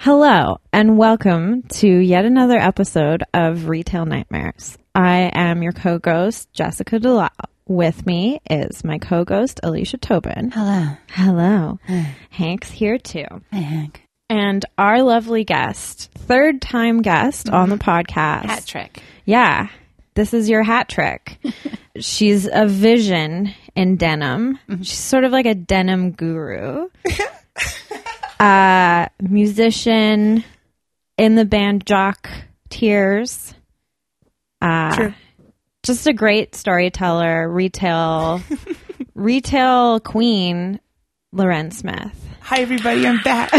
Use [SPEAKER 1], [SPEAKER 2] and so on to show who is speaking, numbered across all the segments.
[SPEAKER 1] Hello, and welcome to yet another episode of Retail Nightmares. I am your co ghost, Jessica DeLisle. With me is my co ghost, Alicia Tobin.
[SPEAKER 2] Hello.
[SPEAKER 1] Hello. Hank's here too.
[SPEAKER 2] Hi, Hank.
[SPEAKER 1] And our lovely guest, third time guest on the podcast.
[SPEAKER 2] Mm-hmm. Hat trick.
[SPEAKER 1] Yeah, this is your hat trick. She's a vision in denim.
[SPEAKER 2] Mm-hmm.
[SPEAKER 1] She's sort of like a denim guru, uh, musician in the band Jock Tears. Uh, Just a great storyteller, retail, retail queen, Loren Smith.
[SPEAKER 3] Hi, everybody. I'm back.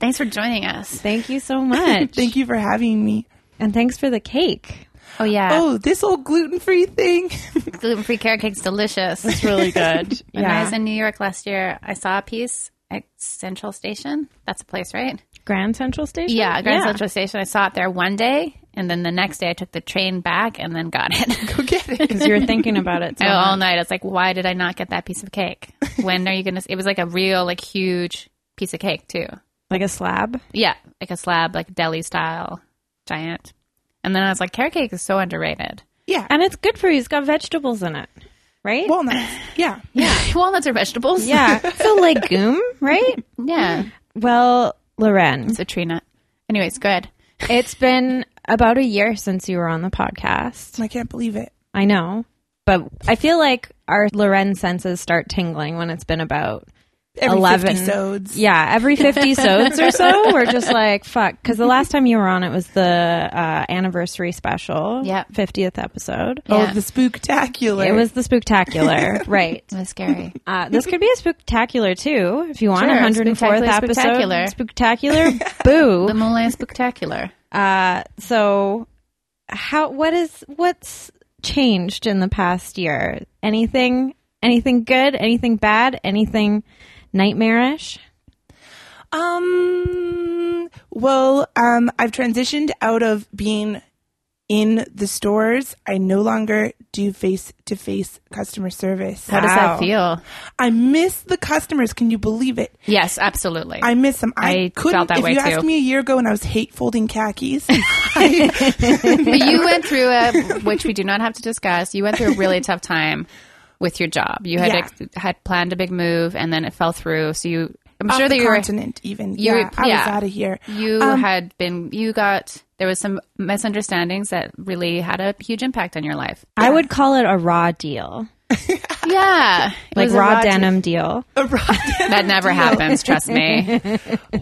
[SPEAKER 2] Thanks for joining us.
[SPEAKER 1] Thank you so much.
[SPEAKER 3] Thank you for having me.
[SPEAKER 1] And thanks for the cake.
[SPEAKER 2] Oh yeah,
[SPEAKER 3] Oh, this old gluten free thing.
[SPEAKER 2] gluten-free carrot cake's delicious. It's really good. When I was in New York last year, I saw a piece at Central Station. That's a place, right?
[SPEAKER 1] Grand Central Station?
[SPEAKER 2] Yeah, Grand Central Station. I saw it there one day, and then the next day I took the train back and then got it.
[SPEAKER 3] Go get it.
[SPEAKER 1] Because you were thinking about it. So
[SPEAKER 2] all
[SPEAKER 1] much.
[SPEAKER 2] night I was like, "Why did I not get that piece of cake? When are you gonna?" s-" It was like a real, like huge piece of cake too.
[SPEAKER 1] Like a slab?
[SPEAKER 2] Yeah, like a slab, like deli style, giant. And then I was like, carrot cake is so underrated.
[SPEAKER 3] Yeah.
[SPEAKER 1] And it's good for you. It's got vegetables in it, right?
[SPEAKER 3] Walnuts. Yeah.
[SPEAKER 2] Yeah, walnuts are vegetables.
[SPEAKER 1] yeah. It's a legume, right?
[SPEAKER 2] yeah.
[SPEAKER 1] Well, Loren,
[SPEAKER 2] It's a tree nut. Anyways, go ahead.
[SPEAKER 1] it's been about a year since you were on the podcast.
[SPEAKER 3] I can't believe it.
[SPEAKER 1] I know. But I feel like our Loren senses start tingling when it's been about
[SPEAKER 3] Every
[SPEAKER 1] 11
[SPEAKER 3] episodes.
[SPEAKER 1] Yeah, every 50 sods or so, we're just like, fuck. Because the last time you were on, it was the uh, anniversary special,
[SPEAKER 2] Yeah.
[SPEAKER 1] 50th episode.
[SPEAKER 2] Yeah.
[SPEAKER 3] Oh, the spooktacular.
[SPEAKER 1] It was the spooktacular, right?
[SPEAKER 2] It was scary.
[SPEAKER 1] Uh, this could be a spooktacular too, if you want.
[SPEAKER 2] Sure,
[SPEAKER 1] 104th
[SPEAKER 2] spooktacular,
[SPEAKER 1] episode, spooktacular, boo.
[SPEAKER 2] the Malay Spectacular.
[SPEAKER 1] Uh, so, how? What is? What's changed in the past year? Anything? Anything good? Anything bad? Anything nightmarish?
[SPEAKER 3] Um, well, um, I've transitioned out of being in the stores. I no longer do face to face customer service.
[SPEAKER 2] How does
[SPEAKER 1] Wow.
[SPEAKER 2] that feel?
[SPEAKER 3] I miss the customers. Can you believe it?
[SPEAKER 2] Yes, absolutely.
[SPEAKER 3] I miss them. I,
[SPEAKER 2] I
[SPEAKER 3] couldn't.
[SPEAKER 2] felt that
[SPEAKER 3] if
[SPEAKER 2] way
[SPEAKER 3] you
[SPEAKER 2] too.
[SPEAKER 3] asked me a year ago when I was hate folding khakis, I-
[SPEAKER 2] but you went through a, which we do not have to discuss. You went through a really tough time with your job. You had
[SPEAKER 3] Yeah.
[SPEAKER 2] ex- had planned a big move, and then it fell through. So you, I'm
[SPEAKER 3] off
[SPEAKER 2] sure that
[SPEAKER 3] the
[SPEAKER 2] you were
[SPEAKER 3] continent even.
[SPEAKER 2] you were-
[SPEAKER 3] yeah, I
[SPEAKER 2] yeah.
[SPEAKER 3] was out of here.
[SPEAKER 2] You
[SPEAKER 3] Um,
[SPEAKER 2] had been, you got, there was some misunderstandings that really had a huge impact on your life.
[SPEAKER 1] I would call it a raw deal,
[SPEAKER 2] Yeah. It
[SPEAKER 1] like
[SPEAKER 2] was a
[SPEAKER 1] raw,
[SPEAKER 2] raw deal.
[SPEAKER 1] denim deal.
[SPEAKER 3] A rotten
[SPEAKER 2] That never
[SPEAKER 3] deal.
[SPEAKER 2] happens, trust me.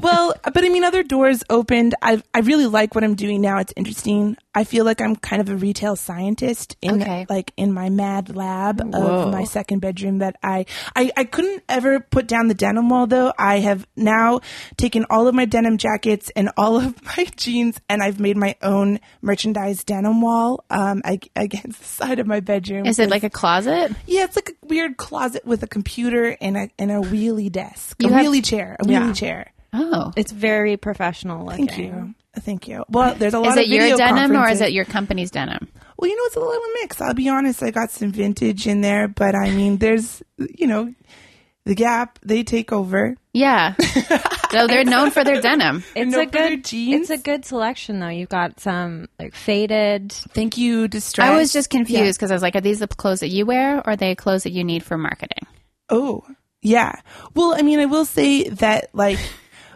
[SPEAKER 3] well, but I mean, other doors opened. I I really like what I'm doing now. It's interesting. I feel like I'm kind of a retail scientist in
[SPEAKER 2] Okay.
[SPEAKER 3] like in my mad lab
[SPEAKER 1] Whoa.
[SPEAKER 3] of my second bedroom. That I, I I couldn't ever put down the denim wall though. I have now taken all of my denim jackets and all of my jeans, and I've made my own merchandise denim wall um ag- against the side of my bedroom.
[SPEAKER 2] Is it like a closet?
[SPEAKER 3] Yeah, it's like a weird closet with a computer and a and a wheelie desk, a
[SPEAKER 2] You have-
[SPEAKER 3] wheelie chair, a
[SPEAKER 1] Yeah.
[SPEAKER 3] wheelie chair.
[SPEAKER 2] Oh.
[SPEAKER 1] It's very professional looking.
[SPEAKER 3] Thank you, thank you. Well, there's a lot
[SPEAKER 2] Is
[SPEAKER 3] of
[SPEAKER 2] it your
[SPEAKER 3] video
[SPEAKER 2] denim or is
[SPEAKER 3] conferences.
[SPEAKER 2] it your company's denim?
[SPEAKER 3] Well, you know, it's a little mix. I'll be honest. I got some vintage in there, but I mean, there's you know, the Gap they take over.
[SPEAKER 2] Yeah. so they're known for their denim.
[SPEAKER 1] It's
[SPEAKER 3] No
[SPEAKER 1] a
[SPEAKER 3] further
[SPEAKER 1] good
[SPEAKER 3] jeans?
[SPEAKER 1] It's a good selection though. You've got some like faded.
[SPEAKER 3] Thank you, distress.
[SPEAKER 2] I was just confused because I was like, are these the clothes that you wear or are they clothes that you need for marketing?
[SPEAKER 3] Oh, yeah. Well, I mean, I will say that like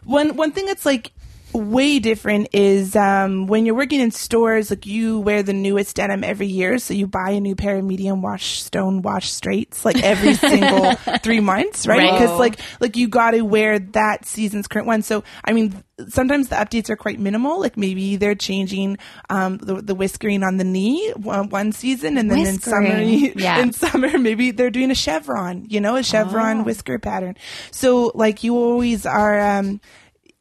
[SPEAKER 3] one one thing that's like way different is um, when you're working in stores, like you wear the newest denim every year, so you buy a new pair of medium wash, stone wash straights like every single three months, right?
[SPEAKER 2] Right.
[SPEAKER 3] Because like like you got to wear that season's current one. So I mean, sometimes the updates are quite minimal. Like maybe they're changing um, the the whiskering on the knee one, one season, and then in summer,
[SPEAKER 2] Whiskering. Yeah.
[SPEAKER 3] in summer maybe they're doing a chevron you know a
[SPEAKER 2] Oh.
[SPEAKER 3] chevron whisker pattern so like you always are um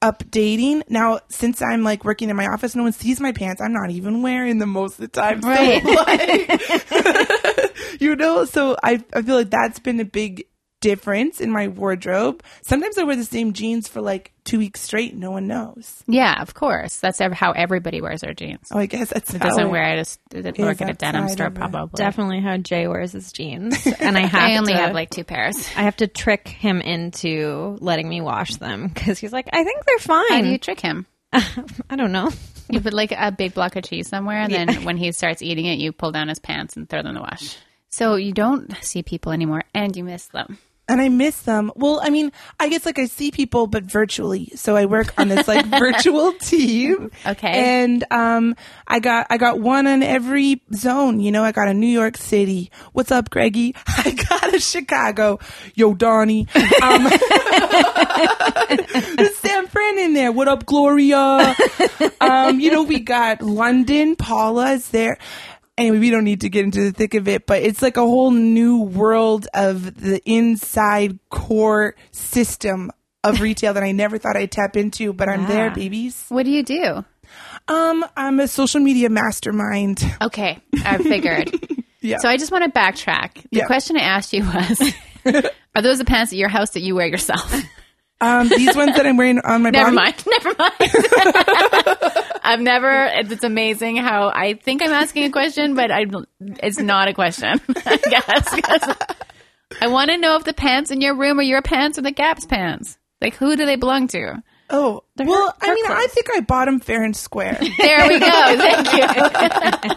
[SPEAKER 3] updating now since i'm like working in my office no one sees my pants i'm not even wearing them most of the time so,
[SPEAKER 2] Right.
[SPEAKER 3] like, you know so I, I feel like that's been a big difference in my wardrobe. Sometimes I wear the same jeans for like two weeks straight. No one knows.
[SPEAKER 2] Yeah, of course. That's ev- how everybody wears their jeans.
[SPEAKER 3] Oh, I guess that's
[SPEAKER 2] It
[SPEAKER 3] how
[SPEAKER 2] doesn't
[SPEAKER 3] I-
[SPEAKER 2] wear it. as- It work at a
[SPEAKER 3] outside
[SPEAKER 2] denim store,
[SPEAKER 3] of it.
[SPEAKER 2] probably.
[SPEAKER 1] Definitely how Jay wears his jeans, and I have
[SPEAKER 2] I only
[SPEAKER 1] to,
[SPEAKER 2] have like two pairs.
[SPEAKER 1] I have to trick him into letting me wash them because he's like, I think they're fine.
[SPEAKER 2] How do you trick him?
[SPEAKER 1] I don't know.
[SPEAKER 2] You put like a big block of cheese somewhere, and then when he starts eating it, you pull down his pants and throw them in the wash. So you don't see people anymore, and you miss them.
[SPEAKER 3] and I miss them. Well, I mean, I guess like I see people, but virtually. So I work on this like virtual team.
[SPEAKER 2] Okay.
[SPEAKER 3] And um, I got I got one on every zone. You know, I got a New York City. What's up, Greggy? I got a Chicago. Yo, Donnie. Um, there's Sam Fran in there. What up, Gloria? um, you know, we got London. Paula is there. Anyway, we don't need to get into the thick of it, but it's like a whole new world of the inside core system of retail that I never thought I'd tap into, but I'm there, babies.
[SPEAKER 2] What do you do?
[SPEAKER 3] Um, I'm a social media mastermind.
[SPEAKER 2] Okay, I figured.
[SPEAKER 3] Yeah.
[SPEAKER 2] So I just want to backtrack. The
[SPEAKER 3] Yeah.
[SPEAKER 2] question I asked you was, are those the pants at your house that you wear yourself?
[SPEAKER 3] Um, these ones that I'm wearing on my
[SPEAKER 2] Never
[SPEAKER 3] body.
[SPEAKER 2] mind. Never mind. I've never. It's, it's amazing how I think I'm asking a question, but I. It's not a question. I guess. 'Cause I want to know if the pants in your room are your pants or the Gap's pants. Like, who do they belong to?
[SPEAKER 3] Oh, well, I
[SPEAKER 2] her
[SPEAKER 3] mean, I
[SPEAKER 2] clothes.
[SPEAKER 3] think I bought them fair and square.
[SPEAKER 2] There we go. Thank you.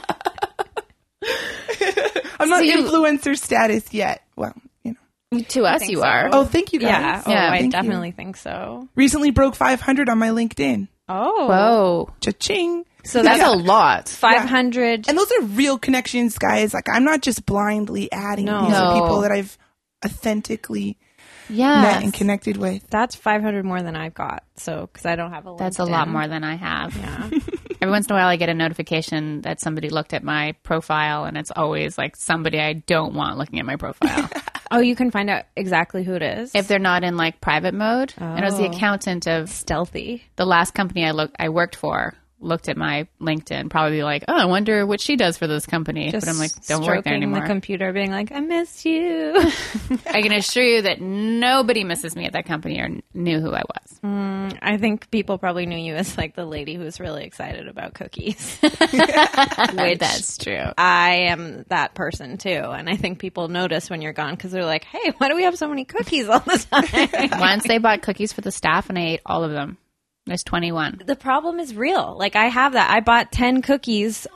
[SPEAKER 3] I'm not
[SPEAKER 2] So you-
[SPEAKER 3] influencer status yet. Well, you know.
[SPEAKER 2] To us, you
[SPEAKER 1] so.
[SPEAKER 2] are.
[SPEAKER 3] Oh, thank you guys.
[SPEAKER 1] Yeah. Oh,
[SPEAKER 2] Yeah,
[SPEAKER 1] I
[SPEAKER 3] thank you.
[SPEAKER 1] definitely think so.
[SPEAKER 3] Recently broke 500 on my LinkedIn.
[SPEAKER 1] Oh.
[SPEAKER 2] Whoa.
[SPEAKER 3] Cha-ching.
[SPEAKER 1] So
[SPEAKER 2] That's
[SPEAKER 1] that's
[SPEAKER 2] a lot.
[SPEAKER 1] 500.
[SPEAKER 3] And those are real connections, guys. Like, I'm not just blindly adding.
[SPEAKER 1] No.
[SPEAKER 3] These are
[SPEAKER 2] No.
[SPEAKER 3] people that I've authentically met
[SPEAKER 2] Yeah.
[SPEAKER 3] and connected with.
[SPEAKER 1] That's 500 more than I've got. So, because I don't have a
[SPEAKER 2] That's a
[SPEAKER 1] LinkedIn.
[SPEAKER 2] lot more than I have.
[SPEAKER 1] Yeah.
[SPEAKER 2] Every once in a while, I get a notification that somebody looked at my profile, and it's always like somebody I don't want looking at my profile.
[SPEAKER 1] Oh, you can find out exactly who it is.
[SPEAKER 2] if they're not in like private mode. And it was the
[SPEAKER 1] Oh.
[SPEAKER 2] accountant of
[SPEAKER 1] stealthy.
[SPEAKER 2] the last company I look I worked for looked at my LinkedIn, probably like, oh, I wonder what she does for this company.
[SPEAKER 1] Just
[SPEAKER 2] but I'm like, don't work there
[SPEAKER 1] stroking
[SPEAKER 2] anymore.
[SPEAKER 1] the computer, being like, I miss you.
[SPEAKER 2] I can assure you that nobody misses me at that company or kn- knew who I was.
[SPEAKER 1] I think people probably knew you as like the lady who's really excited about cookies. Which
[SPEAKER 2] That's true.
[SPEAKER 1] I am that person too. And I think people notice when you're gone because they're like, hey, why do we have so many cookies all the time?
[SPEAKER 2] Once they bought cookies for the staff, and I ate all of them. There's 21.
[SPEAKER 1] the problem is real. Like, I have that. I bought 10 cookies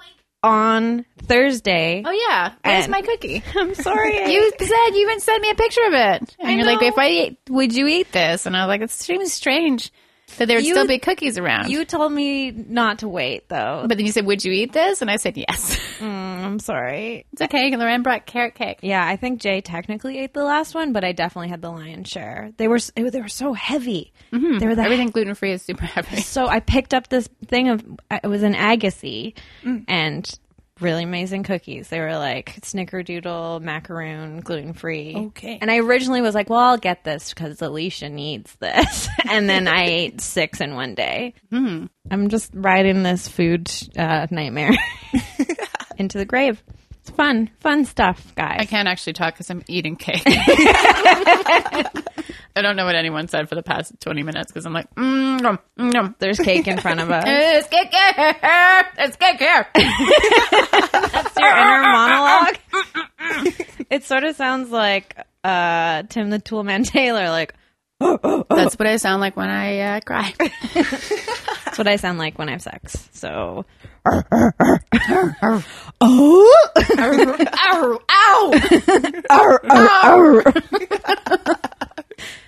[SPEAKER 1] on Thursday.
[SPEAKER 2] Oh yeah, where's
[SPEAKER 1] And-
[SPEAKER 2] my cookie?
[SPEAKER 1] I'm sorry.
[SPEAKER 2] You said you even sent me a picture of it, and
[SPEAKER 1] I
[SPEAKER 2] you're like,
[SPEAKER 1] know.
[SPEAKER 2] "If I ate, would you eat this?" And I was like, "It seems strange that there would
[SPEAKER 1] You-
[SPEAKER 2] still be cookies around."
[SPEAKER 1] you told me not to wait, though.
[SPEAKER 2] But then you said, "Would you eat this?" And I said, "Yes."
[SPEAKER 1] I'm sorry.
[SPEAKER 2] It's okay. Lorraine brought carrot cake.
[SPEAKER 1] Yeah, I think Jay technically ate the last one, but I definitely had the lion's share. They were s- it- they were so heavy. They were the
[SPEAKER 2] Everything gluten free is super heavy.
[SPEAKER 1] So I picked up this thing of uh, it was an Agassiz and really amazing cookies. They were like snickerdoodle, macaroon, gluten free.
[SPEAKER 3] Okay.
[SPEAKER 1] And I originally was like, well, I'll get this because Alicia needs this. and then I ate six in one day. I'm just riding this food uh, nightmare into the grave. It's fun, fun stuff, guys.
[SPEAKER 2] I can't actually talk because I'm eating cake. I don't know what anyone said for the past 20 minutes because I'm like, mm, nom, mm, nom.
[SPEAKER 1] There's cake in front of us.
[SPEAKER 2] There's cake here. There's cake here.
[SPEAKER 1] your inner monologue. it sort of sounds like uh, Tim the Toolman Taylor. Like
[SPEAKER 2] That's what I sound like when I uh, cry.
[SPEAKER 1] that's what I sound like when I have sex. So
[SPEAKER 2] ow, ow.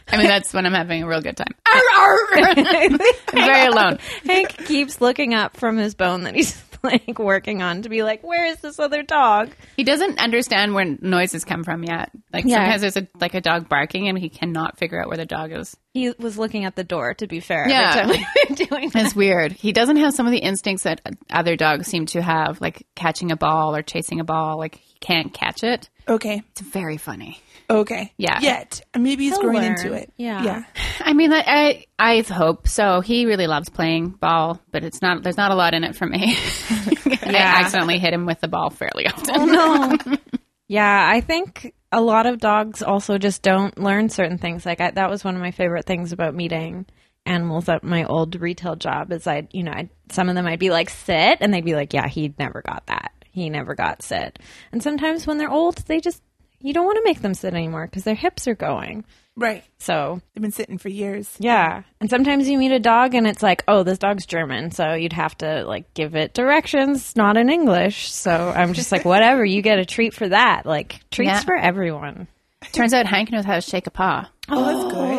[SPEAKER 2] I mean, that's when I'm having a real good time. I'm very alone.
[SPEAKER 1] Hank keeps looking up from his bone that he's like working on to be like, where is this other dog?
[SPEAKER 2] He doesn't understand where noises come from yet. Like
[SPEAKER 1] Yeah.
[SPEAKER 2] sometimes there's a like a dog barking and he cannot figure out where the dog is.
[SPEAKER 1] He was looking at the door. To be fair,
[SPEAKER 2] Yeah.
[SPEAKER 1] every time we were doing that.
[SPEAKER 2] It's weird. He doesn't have some of the instincts that other dogs seem to have, like catching a ball or chasing a ball. Like he can't catch it.
[SPEAKER 3] Okay.
[SPEAKER 2] It's very funny.
[SPEAKER 3] Okay.
[SPEAKER 2] Yeah.
[SPEAKER 3] Yet. Maybe he's
[SPEAKER 1] He'll
[SPEAKER 3] growing
[SPEAKER 1] learn.
[SPEAKER 3] into it.
[SPEAKER 1] Yeah.
[SPEAKER 3] Yeah.
[SPEAKER 2] I mean, I, I I hope so. He really loves playing ball, but it's not. There's not a lot in it for me. I accidentally hit him with the ball fairly often.
[SPEAKER 1] no. Yeah, I think a lot of dogs also just don't learn certain things. Like I, that was one of my favorite things about meeting animals at my old retail job is I, you know, I'd, some of them I'd be like sit, and they'd be like, yeah, he never got that. He never got sit. And sometimes when they're old, they just you don't want to make them sit anymore because their hips are going.
[SPEAKER 3] Right.
[SPEAKER 1] So
[SPEAKER 3] They've been sitting for years.
[SPEAKER 1] yeah. And sometimes you meet a dog and it's like, oh, this dog's German. So you'd have to like give it directions, not in English. So I'm just like, whatever, you get a treat for that. Like treats
[SPEAKER 2] Yeah.
[SPEAKER 1] for everyone.
[SPEAKER 2] Turns out Hank knows how to shake a paw
[SPEAKER 3] Oh,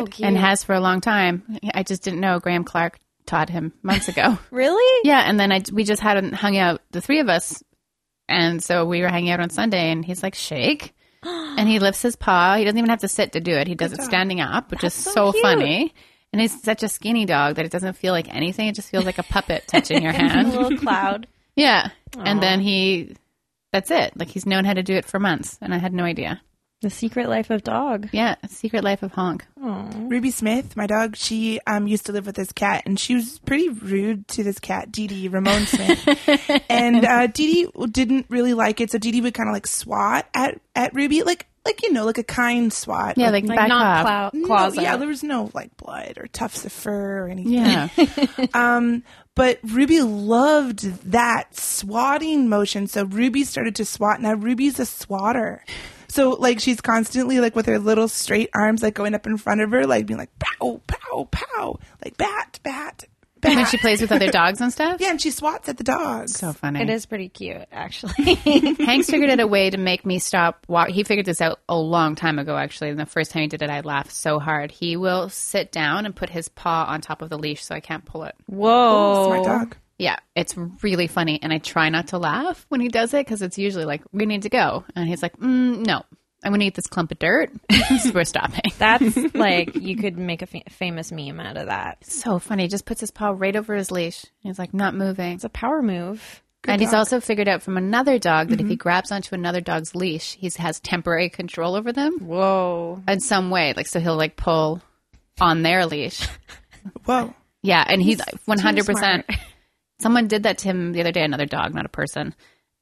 [SPEAKER 3] that's good.
[SPEAKER 2] and has for a long time. I just didn't know Graham Clark taught him months ago.
[SPEAKER 1] Really?
[SPEAKER 2] yeah, and then I we just hadn't hung out the three of us, and so we were hanging out on Sunday, and he's like shake, and he lifts his paw. He doesn't even have to sit to do it. He does it standing up, which is so,
[SPEAKER 1] so cute.
[SPEAKER 2] funny. And he's such a skinny dog that it doesn't feel like anything. It just feels like a puppet touching your
[SPEAKER 1] A
[SPEAKER 2] hand.
[SPEAKER 1] little cloud.
[SPEAKER 2] Yeah, and then he. That's it. Like he's known how to do it for months, and I had no idea.
[SPEAKER 1] The Secret Life of Dog.
[SPEAKER 2] Yeah, Secret Life of Honk.
[SPEAKER 1] Mm-hmm.
[SPEAKER 3] Ruby Smith, my dog, she um, used to live with this cat, and she was pretty rude to this cat, Dee Dee, Ramon Smith. and uh, Dee Dee didn't really like it, so Dee Dee would kind of like swat at, at Ruby, like, like you know, like a kind swat.
[SPEAKER 2] Yeah, like, back
[SPEAKER 1] not
[SPEAKER 2] off.
[SPEAKER 1] cloud
[SPEAKER 3] No,
[SPEAKER 1] claws.
[SPEAKER 3] yeah,
[SPEAKER 1] out.
[SPEAKER 3] there was no like blood or tufts of fur or anything.
[SPEAKER 2] Yeah,
[SPEAKER 3] Um, but Ruby loved that swatting motion. So Ruby started to swat. Now Ruby's a swatter. So like she's constantly like with her little straight arms like going up in front of her, like being like pow, pow, pow, like bat, bat, bat.
[SPEAKER 2] when she plays with other dogs and stuff.
[SPEAKER 3] yeah, and she swats at the dogs.
[SPEAKER 2] so funny.
[SPEAKER 1] It is pretty cute, actually.
[SPEAKER 2] Hank's figured out a way to make me stop. Walk- he figured this out a long time ago, actually. And the first time he did it, I laughed so hard. He will sit down and put his paw on top of the leash so I can't pull it.
[SPEAKER 1] Whoa.
[SPEAKER 2] Oh,
[SPEAKER 3] Smart dog.
[SPEAKER 2] Yeah, it's really funny, and I try not to laugh when he does it because it's usually like we need to go, and he's like, mm, "No, I'm going to eat this clump of dirt. so we're stopping."
[SPEAKER 1] That's like, you could make a fa- famous meme out of that. It's
[SPEAKER 2] so funny. He just puts his paw right over his leash. And he's like, "Not moving."
[SPEAKER 1] a power move.
[SPEAKER 2] and he's also figured out from another dog that if
[SPEAKER 1] Mm-hmm.
[SPEAKER 2] he grabs onto another dog's leash, he has temporary control over them.
[SPEAKER 1] Whoa.
[SPEAKER 2] in some way. Like so, he'll like pull on their leash.
[SPEAKER 3] Whoa.
[SPEAKER 2] Yeah, and he's one hundred percent. Someone did that to him the other day. Another dog, not a person.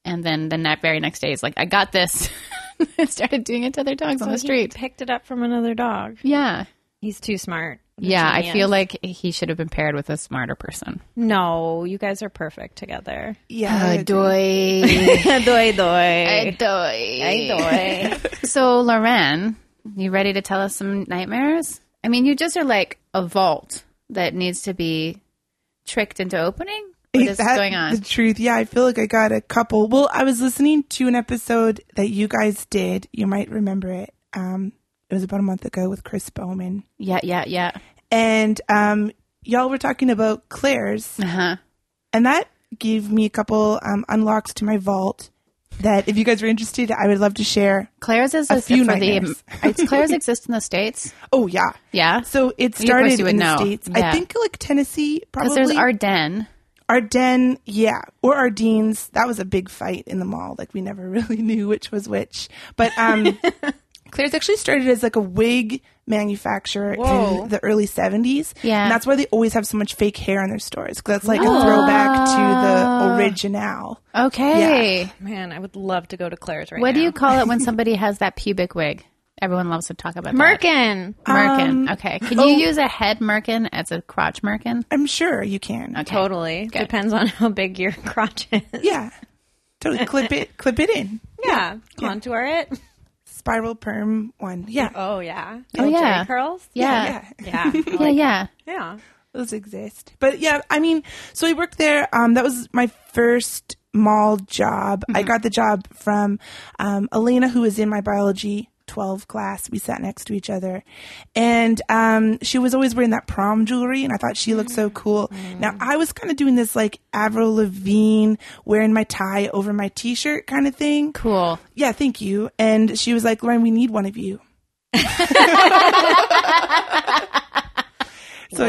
[SPEAKER 2] And then the ne- very next day, he's like, "I got this," and started doing it to other dogs on the
[SPEAKER 1] He
[SPEAKER 2] street.
[SPEAKER 1] picked it up from another dog.
[SPEAKER 2] Yeah,
[SPEAKER 1] He's too smart. He's a
[SPEAKER 2] yeah. I
[SPEAKER 1] genius.
[SPEAKER 2] feel like he should have been paired with a smarter person.
[SPEAKER 1] No, you guys are perfect together.
[SPEAKER 3] Yeah.
[SPEAKER 2] Uh,
[SPEAKER 3] I agree.
[SPEAKER 2] doy,
[SPEAKER 1] doy doy.
[SPEAKER 2] doy,
[SPEAKER 1] doy.
[SPEAKER 2] So, Lauren, you ready to tell us some nightmares? I mean, you just are like a vault that needs to be tricked into opening. What is
[SPEAKER 3] that
[SPEAKER 2] going on?
[SPEAKER 3] The truth. Yeah, I feel like I got a couple. Well, I was listening to an episode that you guys did. You might remember it. Um, it was about a month ago with Chris Bowman.
[SPEAKER 2] Yeah, yeah, yeah.
[SPEAKER 3] and um, y'all were talking about Claire's,
[SPEAKER 2] Uh huh.
[SPEAKER 3] and that gave me a couple um, unlocks to my vault. That if you guys were interested, I would love to share.
[SPEAKER 2] Claire's is
[SPEAKER 3] A
[SPEAKER 2] a
[SPEAKER 3] few
[SPEAKER 2] few for the.
[SPEAKER 3] nightmares.
[SPEAKER 2] it's- Claire's exist in the states.
[SPEAKER 3] Oh yeah,
[SPEAKER 2] Yeah,
[SPEAKER 3] so it
[SPEAKER 2] of course
[SPEAKER 3] started
[SPEAKER 2] you would
[SPEAKER 3] in the
[SPEAKER 2] know.
[SPEAKER 3] states. I
[SPEAKER 2] Yeah.
[SPEAKER 3] think like Tennessee,
[SPEAKER 2] because
[SPEAKER 3] probably
[SPEAKER 2] there's Ardennes.
[SPEAKER 3] Ardennes, yeah, or Ardennes. That was a big fight in the mall. Like we never really knew which was which. But um, Claire's actually started as like a wig manufacturer
[SPEAKER 1] Whoa.
[SPEAKER 3] in the early '70s.
[SPEAKER 2] Yeah.
[SPEAKER 3] and that's why they always have so much fake hair in their stores. 'cause that's like a throwback to the
[SPEAKER 2] Ah.
[SPEAKER 3] original.
[SPEAKER 2] Okay.
[SPEAKER 1] Man, I would love to go to Claire's right
[SPEAKER 2] What
[SPEAKER 1] now.
[SPEAKER 2] do you call it when somebody has that pubic wig? Everyone loves to talk about that.
[SPEAKER 1] Merkin?
[SPEAKER 2] Merkin.
[SPEAKER 3] Um,
[SPEAKER 2] okay. Can
[SPEAKER 3] oh.
[SPEAKER 2] you use a head merkin as a crotch merkin?
[SPEAKER 3] I'm sure you can.
[SPEAKER 1] Totally. Depends on how big your crotch is.
[SPEAKER 3] Yeah, totally. clip it, clip it in.
[SPEAKER 1] Yeah. Contour it.
[SPEAKER 3] Spiral perm one. Yeah,
[SPEAKER 1] Oh yeah.
[SPEAKER 2] Oh,
[SPEAKER 1] Little Jerry
[SPEAKER 2] yeah.
[SPEAKER 1] curls.
[SPEAKER 2] Yeah.
[SPEAKER 3] yeah.
[SPEAKER 1] Yeah. I
[SPEAKER 2] Yeah,
[SPEAKER 1] like-
[SPEAKER 2] yeah.
[SPEAKER 1] yeah.
[SPEAKER 3] those exist. But yeah, I mean, so I worked there. Um, that was my first mall job. I got the job from um, Elena, who was in my biology. 12 class we sat next to each other and um, she was always wearing that prom jewelry and i thought she looked so cool now i was kind of doing this like avril lavigne wearing my tie over my t-shirt kind of thing
[SPEAKER 2] Cool.
[SPEAKER 3] yeah thank you and she was like lauren we need one of you so I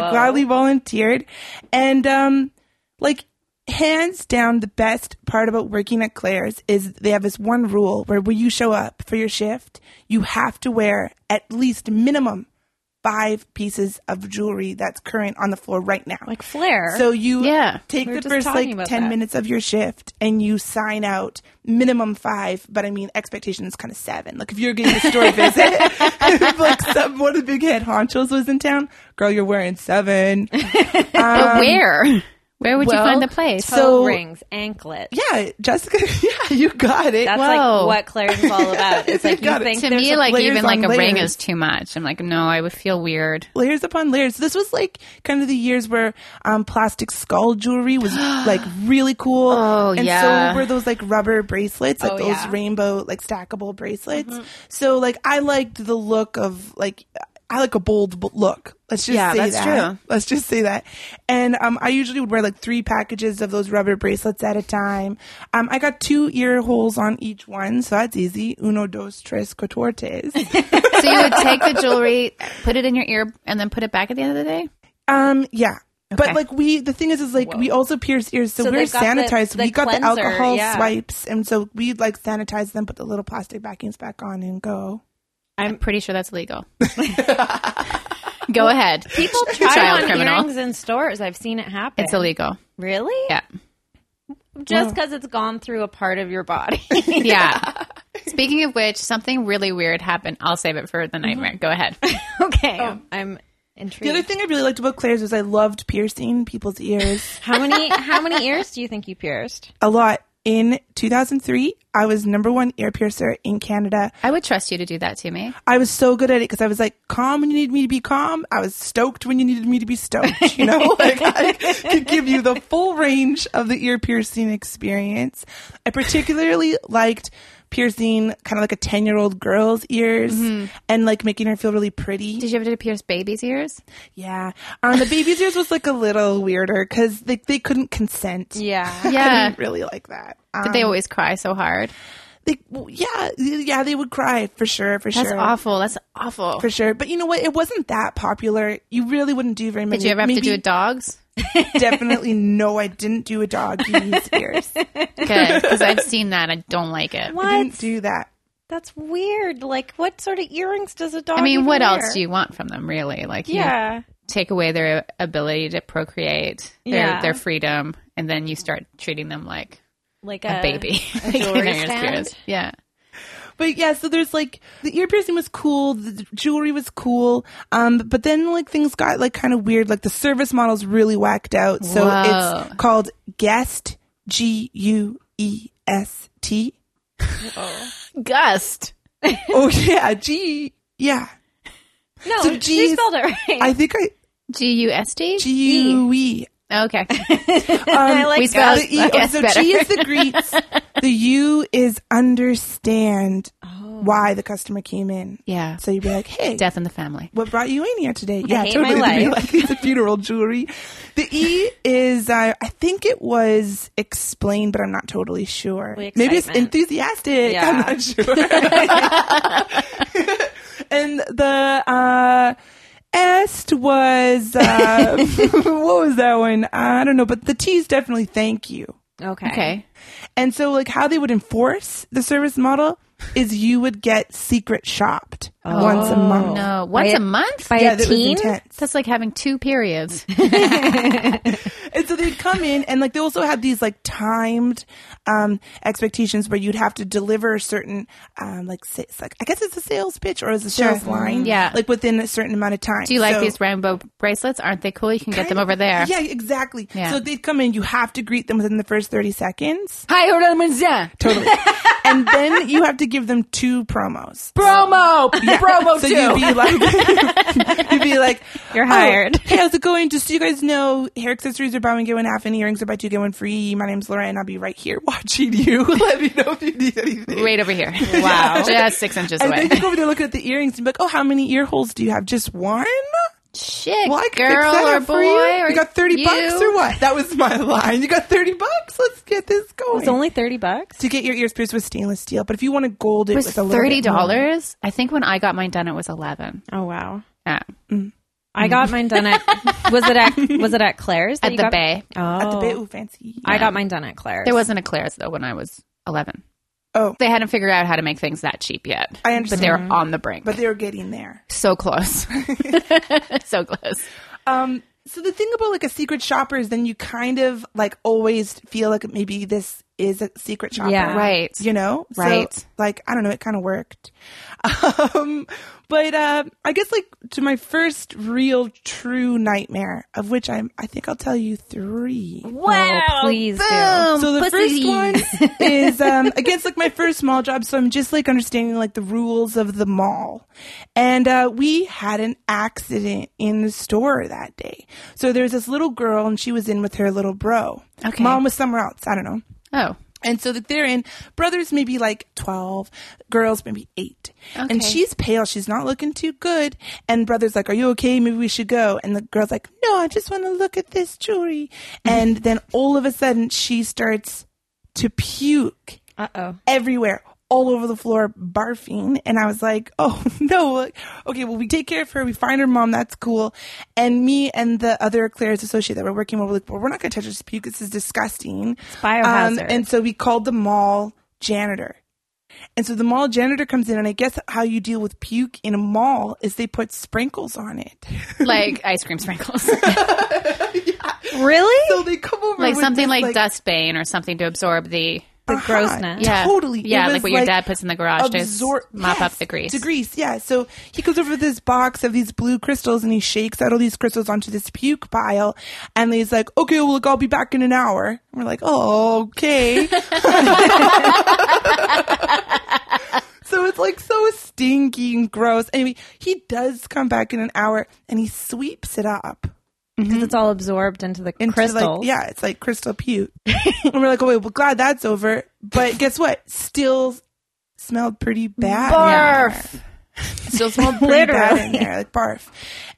[SPEAKER 3] gladly volunteered. And um, like hands down, the best part about working at Claire's is they have this one rule where when you show up for your shift, you have to wear at least minimum five pieces of jewelry that's current on the floor right now.
[SPEAKER 1] like flair.
[SPEAKER 3] So you
[SPEAKER 2] Yeah.
[SPEAKER 3] take
[SPEAKER 1] We were
[SPEAKER 3] the
[SPEAKER 1] just
[SPEAKER 3] first
[SPEAKER 1] talking
[SPEAKER 3] like
[SPEAKER 1] about
[SPEAKER 3] 10
[SPEAKER 1] that.
[SPEAKER 3] minutes of your shift and you sign out minimum five, but I mean, expectation is kind of seven. Like if you're getting a store visit, if, like some, one of the big head honchos was in town, girl, you're wearing seven.
[SPEAKER 2] But where? Um, Where would
[SPEAKER 3] well,
[SPEAKER 2] you find the place?
[SPEAKER 1] toe
[SPEAKER 3] so-
[SPEAKER 1] rings, anklet.
[SPEAKER 3] Yeah, Jessica, yeah, you got it.
[SPEAKER 1] That's like
[SPEAKER 2] Whoa.
[SPEAKER 1] what Claire's all about. It's like
[SPEAKER 3] You
[SPEAKER 1] you,
[SPEAKER 3] got it.
[SPEAKER 1] think
[SPEAKER 2] to
[SPEAKER 1] there's
[SPEAKER 2] me,
[SPEAKER 1] a-
[SPEAKER 2] like
[SPEAKER 3] layers
[SPEAKER 2] even
[SPEAKER 3] on
[SPEAKER 2] like a ring
[SPEAKER 3] layers.
[SPEAKER 2] is too much. I'm like, no, I would feel weird.
[SPEAKER 3] layers upon layers. This was like kind of the years where um, plastic skull jewelry was like really cool.
[SPEAKER 2] Oh,
[SPEAKER 3] and
[SPEAKER 2] yeah.
[SPEAKER 3] so were those like rubber bracelets, like
[SPEAKER 1] Oh,
[SPEAKER 3] those
[SPEAKER 1] yeah.
[SPEAKER 3] rainbow like stackable bracelets.
[SPEAKER 2] Mm-hmm.
[SPEAKER 3] So like I liked the look of like I like a bold b- look. Let's just
[SPEAKER 2] Yeah,
[SPEAKER 3] say
[SPEAKER 2] that's
[SPEAKER 3] that.
[SPEAKER 2] true.
[SPEAKER 3] Let's just say that. And um, I usually would wear like three packages of those rubber bracelets at a time. Um, I got two ear holes on each one, so that's easy. Uno, dos, tres, cuatortes.
[SPEAKER 2] So you would take the jewelry, put it in your ear, and then put it back at the end of the day.
[SPEAKER 3] Um, yeah.
[SPEAKER 2] Okay.
[SPEAKER 3] But like we, the thing is, is like we also pierce ears, so,
[SPEAKER 1] So
[SPEAKER 3] we're
[SPEAKER 1] they've got the-
[SPEAKER 3] sanitized.
[SPEAKER 1] the
[SPEAKER 3] we got the
[SPEAKER 1] cleanser,
[SPEAKER 3] alcohol
[SPEAKER 1] yeah.
[SPEAKER 3] swipes, and so we like sanitize them, put the little plastic backings back on, and go.
[SPEAKER 2] I'm pretty sure that's illegal. Go ahead.
[SPEAKER 1] people try
[SPEAKER 2] Child
[SPEAKER 1] on
[SPEAKER 2] criminal.
[SPEAKER 1] earrings in stores. I've seen it happen.
[SPEAKER 2] It's illegal.
[SPEAKER 1] Really?
[SPEAKER 2] Yeah.
[SPEAKER 1] Just because it's gone through a part of your body.
[SPEAKER 2] Yeah. Speaking of which, something really weird happened. I'll save it for the nightmare. Go ahead.
[SPEAKER 1] okay, I'm
[SPEAKER 3] The other
[SPEAKER 1] intrigued.
[SPEAKER 3] thing I really liked about Claire's was I loved piercing people's ears
[SPEAKER 1] How many how many ears do you think you pierced?
[SPEAKER 3] a lot. In 2003, I was number one ear piercer in Canada.
[SPEAKER 2] I would trust you to do that to me.
[SPEAKER 3] I was so good at it because I was like calm when you needed me to be calm. I was stoked when you needed me to be stoked. You know, like I could give you the full range of the ear piercing experience. I particularly liked piercing kind of like a 10 year old girl's ears
[SPEAKER 2] Mm-hmm.
[SPEAKER 3] and like making her feel really pretty.
[SPEAKER 2] Did you ever do pierce baby's ears?
[SPEAKER 3] yeah. Um, the baby's ears was like a little weirder because they, they couldn't consent.
[SPEAKER 1] Yeah.
[SPEAKER 3] I
[SPEAKER 2] Yeah.
[SPEAKER 3] didn't really like that. Um,
[SPEAKER 2] Did they always cry so hard?
[SPEAKER 3] they, well, yeah, yeah, they would cry for sure, for
[SPEAKER 2] That's
[SPEAKER 3] sure.
[SPEAKER 2] awful. That's awful.
[SPEAKER 3] for sure. But you know what? It wasn't that popular. You really wouldn't do very many.
[SPEAKER 2] Did you ever have
[SPEAKER 3] Maybe
[SPEAKER 2] to do a dog's?
[SPEAKER 3] definitely no. I didn't do a dog these years. I
[SPEAKER 2] Good, because I've seen that. I don't like it.
[SPEAKER 1] What?
[SPEAKER 3] didn't do that.
[SPEAKER 1] That's weird. Like what sort of earrings does a dog
[SPEAKER 2] I mean,
[SPEAKER 1] even
[SPEAKER 2] what
[SPEAKER 1] wear?
[SPEAKER 2] else do you want from them, really? Like, you
[SPEAKER 1] Yeah.
[SPEAKER 2] take away their ability to procreate, their,
[SPEAKER 1] Yeah.
[SPEAKER 2] their freedom, and then you start treating them like
[SPEAKER 1] Like
[SPEAKER 2] a,
[SPEAKER 1] a,
[SPEAKER 2] baby.
[SPEAKER 1] a
[SPEAKER 2] Like, you
[SPEAKER 1] jewelry
[SPEAKER 2] know, you're
[SPEAKER 1] stand?
[SPEAKER 2] serious. Yeah.
[SPEAKER 3] But yeah, so there's like the ear piercing was cool, the jewelry was cool, um, but then like things got like kind of weird. Like the service model's really whacked out. So
[SPEAKER 2] Whoa.
[SPEAKER 3] it's called guest, G U E S T.
[SPEAKER 2] Gust.
[SPEAKER 3] Oh yeah, G. Yeah,
[SPEAKER 1] No,
[SPEAKER 3] So
[SPEAKER 1] you
[SPEAKER 3] G's-
[SPEAKER 1] spelled it right.
[SPEAKER 3] I think I
[SPEAKER 2] G U S D?
[SPEAKER 3] G U E.
[SPEAKER 2] Okay.
[SPEAKER 3] Um,
[SPEAKER 1] like
[SPEAKER 2] we spelled-
[SPEAKER 3] the E,
[SPEAKER 2] Okay,
[SPEAKER 3] so
[SPEAKER 2] better.
[SPEAKER 3] G is the greets. the U is understand
[SPEAKER 1] Oh.
[SPEAKER 3] why the customer came in.
[SPEAKER 2] Yeah.
[SPEAKER 3] So you'd be like, hey,
[SPEAKER 2] Death in the family.
[SPEAKER 3] what brought you in here today? Yeah,
[SPEAKER 1] hate my
[SPEAKER 3] They'd be
[SPEAKER 1] life.
[SPEAKER 3] Like, it's a funeral jewelry. The E is, uh, I think it was explained, but I'm not totally sure.
[SPEAKER 1] The
[SPEAKER 3] Maybe it's
[SPEAKER 1] excitement.
[SPEAKER 3] enthusiastic.
[SPEAKER 1] Yeah.
[SPEAKER 3] I'm not sure. and the uh, est was uh, what was that one? I don't know, but the T is definitely thank you.
[SPEAKER 1] okay.
[SPEAKER 2] Okay.
[SPEAKER 3] And so, like, how they would enforce the service model is you would get secret shopped once a month.
[SPEAKER 2] Oh. No, once
[SPEAKER 1] By
[SPEAKER 2] a month?
[SPEAKER 1] By a
[SPEAKER 3] that was
[SPEAKER 1] teen?
[SPEAKER 3] intense.
[SPEAKER 2] That's like having two periods.
[SPEAKER 3] And so they'd come in, and like they also had these like timed um, expectations where you'd have to deliver certain um, like sa- it's like I guess it's a sales pitch or it's a sales line,
[SPEAKER 2] Mm-hmm. Yeah.
[SPEAKER 3] like within a certain amount of time.
[SPEAKER 2] Do you like
[SPEAKER 3] So-
[SPEAKER 2] these rainbow bracelets? Aren't they cool? You can get them over there.
[SPEAKER 3] Yeah, exactly.
[SPEAKER 2] Yeah.
[SPEAKER 3] So they'd come in. You have to greet them within the first thirty seconds,
[SPEAKER 2] Hi, Romanza.
[SPEAKER 3] totally, and then you have to give them two promos.
[SPEAKER 2] Promo. Promo
[SPEAKER 3] so
[SPEAKER 2] two.
[SPEAKER 3] you'd be like, you'd be like,
[SPEAKER 1] You're
[SPEAKER 3] "Oh,
[SPEAKER 1] hired."
[SPEAKER 3] hey, how's it going? Just so you guys know, hair accessories are buy one get one half, and earrings are buy two get one free. My name's Laura, and I'll be right here watching you. Let me know if you need anything.
[SPEAKER 2] right over here. Wow. Just six inches
[SPEAKER 3] And
[SPEAKER 2] away.
[SPEAKER 3] then you go over there looking at the earrings and be like, oh, how many ear holes do you have? Just one?
[SPEAKER 2] Shit,
[SPEAKER 3] Well, I can fix
[SPEAKER 2] girl
[SPEAKER 3] that
[SPEAKER 2] or
[SPEAKER 3] up
[SPEAKER 2] boy
[SPEAKER 3] for you.
[SPEAKER 2] or
[SPEAKER 3] you got 30 bucks
[SPEAKER 2] you.
[SPEAKER 3] or what? That was my line. You got 30 bucks? Let's get this going.
[SPEAKER 1] It's only 30 bucks?
[SPEAKER 3] to get your ears pierced with stainless steel, but if you want to gold it,
[SPEAKER 2] It was
[SPEAKER 3] with a little
[SPEAKER 2] thirty
[SPEAKER 3] bit more-
[SPEAKER 2] dollars. I think when I got mine done, it was eleven. Uh,
[SPEAKER 1] Oh wow.
[SPEAKER 2] Yeah.
[SPEAKER 1] I got mine done at was it at was it at Claire's that
[SPEAKER 2] at
[SPEAKER 1] you
[SPEAKER 2] the
[SPEAKER 1] got-
[SPEAKER 2] Bay.
[SPEAKER 1] Oh.
[SPEAKER 3] at the bit, ooh, fancy.
[SPEAKER 1] I got mine done at Claire's.
[SPEAKER 2] There wasn't a Claire's though when I was eleven.
[SPEAKER 3] Oh.
[SPEAKER 2] They hadn't figured out how to make things that cheap yet.
[SPEAKER 3] I
[SPEAKER 2] But they were
[SPEAKER 3] understand.
[SPEAKER 2] on the brink.
[SPEAKER 3] But they were getting there.
[SPEAKER 2] so close. so close.
[SPEAKER 3] Um, so the thing about like a secret shopper is then you kind of like always feel like maybe this is a secret shopper.
[SPEAKER 1] Yeah.
[SPEAKER 2] Right.
[SPEAKER 3] You know? So,
[SPEAKER 2] Right.
[SPEAKER 3] like, I don't know, it kind of worked. Um, but uh, I guess like to my first real true nightmare, of which I'm, I think I'll tell you three.
[SPEAKER 1] Wow, please do.
[SPEAKER 3] So the
[SPEAKER 1] pussy.
[SPEAKER 3] first one is um, against like my first mall job. So I'm just like understanding like the rules of the mall, and uh, we had an accident in the store that day. So there was this little girl, and she was in with her little bro.
[SPEAKER 2] Okay.
[SPEAKER 3] mom was somewhere else. I don't know.
[SPEAKER 2] Oh.
[SPEAKER 3] And so that they're in brothers maybe like 12, girls maybe 8.
[SPEAKER 2] Okay.
[SPEAKER 3] And she's pale, she's not looking too good. And brother's like, "Are you okay? Maybe we should go." And the girl's like, "No, I just want to look at this jewelry." and then all of a sudden she starts to puke
[SPEAKER 1] Uh oh.
[SPEAKER 3] Mm-hmm. everywhere all over the floor barfing and i was like oh no okay well we take care of her we find her mom that's cool and me and the other claire's associate that we're working with were like well we're not going to touch this puke this is disgusting Um,
[SPEAKER 1] biohazard.
[SPEAKER 3] and so we called the mall janitor and so the mall janitor comes in and i guess how you deal with puke in a mall is they put sprinkles on it
[SPEAKER 2] Like ice cream sprinkles.
[SPEAKER 1] Really?
[SPEAKER 3] so they come over
[SPEAKER 2] like
[SPEAKER 3] with
[SPEAKER 2] something
[SPEAKER 3] this,
[SPEAKER 2] like, dustbane or something to absorb the
[SPEAKER 1] the
[SPEAKER 3] Uh-huh.
[SPEAKER 1] grossness.
[SPEAKER 2] yeah
[SPEAKER 3] Totally. It
[SPEAKER 2] yeah
[SPEAKER 3] was
[SPEAKER 2] like what your
[SPEAKER 3] like
[SPEAKER 2] dad puts in the garage to s-
[SPEAKER 3] absor-
[SPEAKER 2] mop
[SPEAKER 3] Yes,
[SPEAKER 2] up the grease.
[SPEAKER 3] To grease, yeah. So he goes over this box of these blue crystals and he shakes out all these crystals onto this puke pile. And he's like, okay, well, look, I'll be back in an hour. And we're like, oh, okay. so it's like so stinky and gross. Anyway, he does come back in an hour and he sweeps it up.
[SPEAKER 1] Because it's all absorbed into the
[SPEAKER 3] into, like-
[SPEAKER 1] crystal.
[SPEAKER 3] yeah, it's like crystal puke. and we're like, oh, wait, well, glad that's over. But guess what? Still smelled pretty bad.
[SPEAKER 2] Barf.
[SPEAKER 3] Still smelled pretty bad in there, like barf.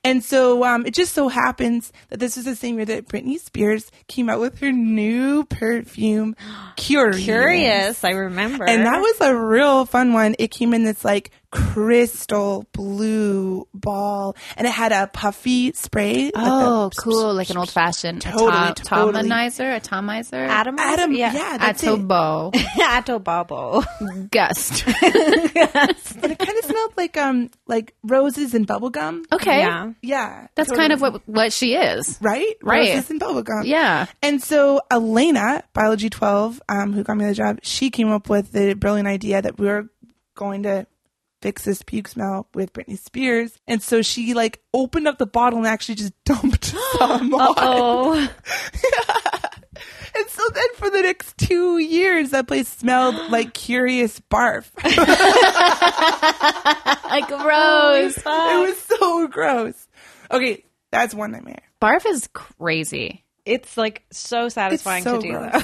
[SPEAKER 3] And so um, it just so happens that this was the same year that Britney Spears came out with her new perfume, Curious.
[SPEAKER 1] Curious, I remember.
[SPEAKER 3] And that was a real fun one. It came in this like crystal blue ball and it had a puffy spray. like the-
[SPEAKER 2] Oh, cool! Like an old fashioned
[SPEAKER 3] Totally,
[SPEAKER 2] atom-
[SPEAKER 3] totally.
[SPEAKER 2] atomizer, atomizer,
[SPEAKER 1] Adam.
[SPEAKER 3] Adam, yeah,
[SPEAKER 1] Yeah.
[SPEAKER 3] that's it.
[SPEAKER 2] atobo,
[SPEAKER 1] Atobabo.
[SPEAKER 2] gust.
[SPEAKER 3] and it kind of smelled like um like roses and bubblegum.
[SPEAKER 2] Okay,
[SPEAKER 1] Yeah.
[SPEAKER 3] Yeah,
[SPEAKER 2] that's
[SPEAKER 3] totally. Uh,
[SPEAKER 2] kind of what what she is.
[SPEAKER 3] right,
[SPEAKER 2] Right.
[SPEAKER 3] roses and bubblegum.
[SPEAKER 2] Yeah,
[SPEAKER 3] And so Elena, biology twelve, um, who got me the job, she came up with the brilliant idea that we were going to fix this puke smell with Britney Spears. And so she like opened up the bottle and actually just dumped some on.
[SPEAKER 1] Oh.
[SPEAKER 3] And so then for the next two years, that place smelled like curious barf.
[SPEAKER 2] like gross.
[SPEAKER 3] it was so gross. Okay, that's one nightmare.
[SPEAKER 2] Barf is crazy.
[SPEAKER 1] It's like so satisfying
[SPEAKER 3] so
[SPEAKER 1] to do
[SPEAKER 3] gross.
[SPEAKER 1] though.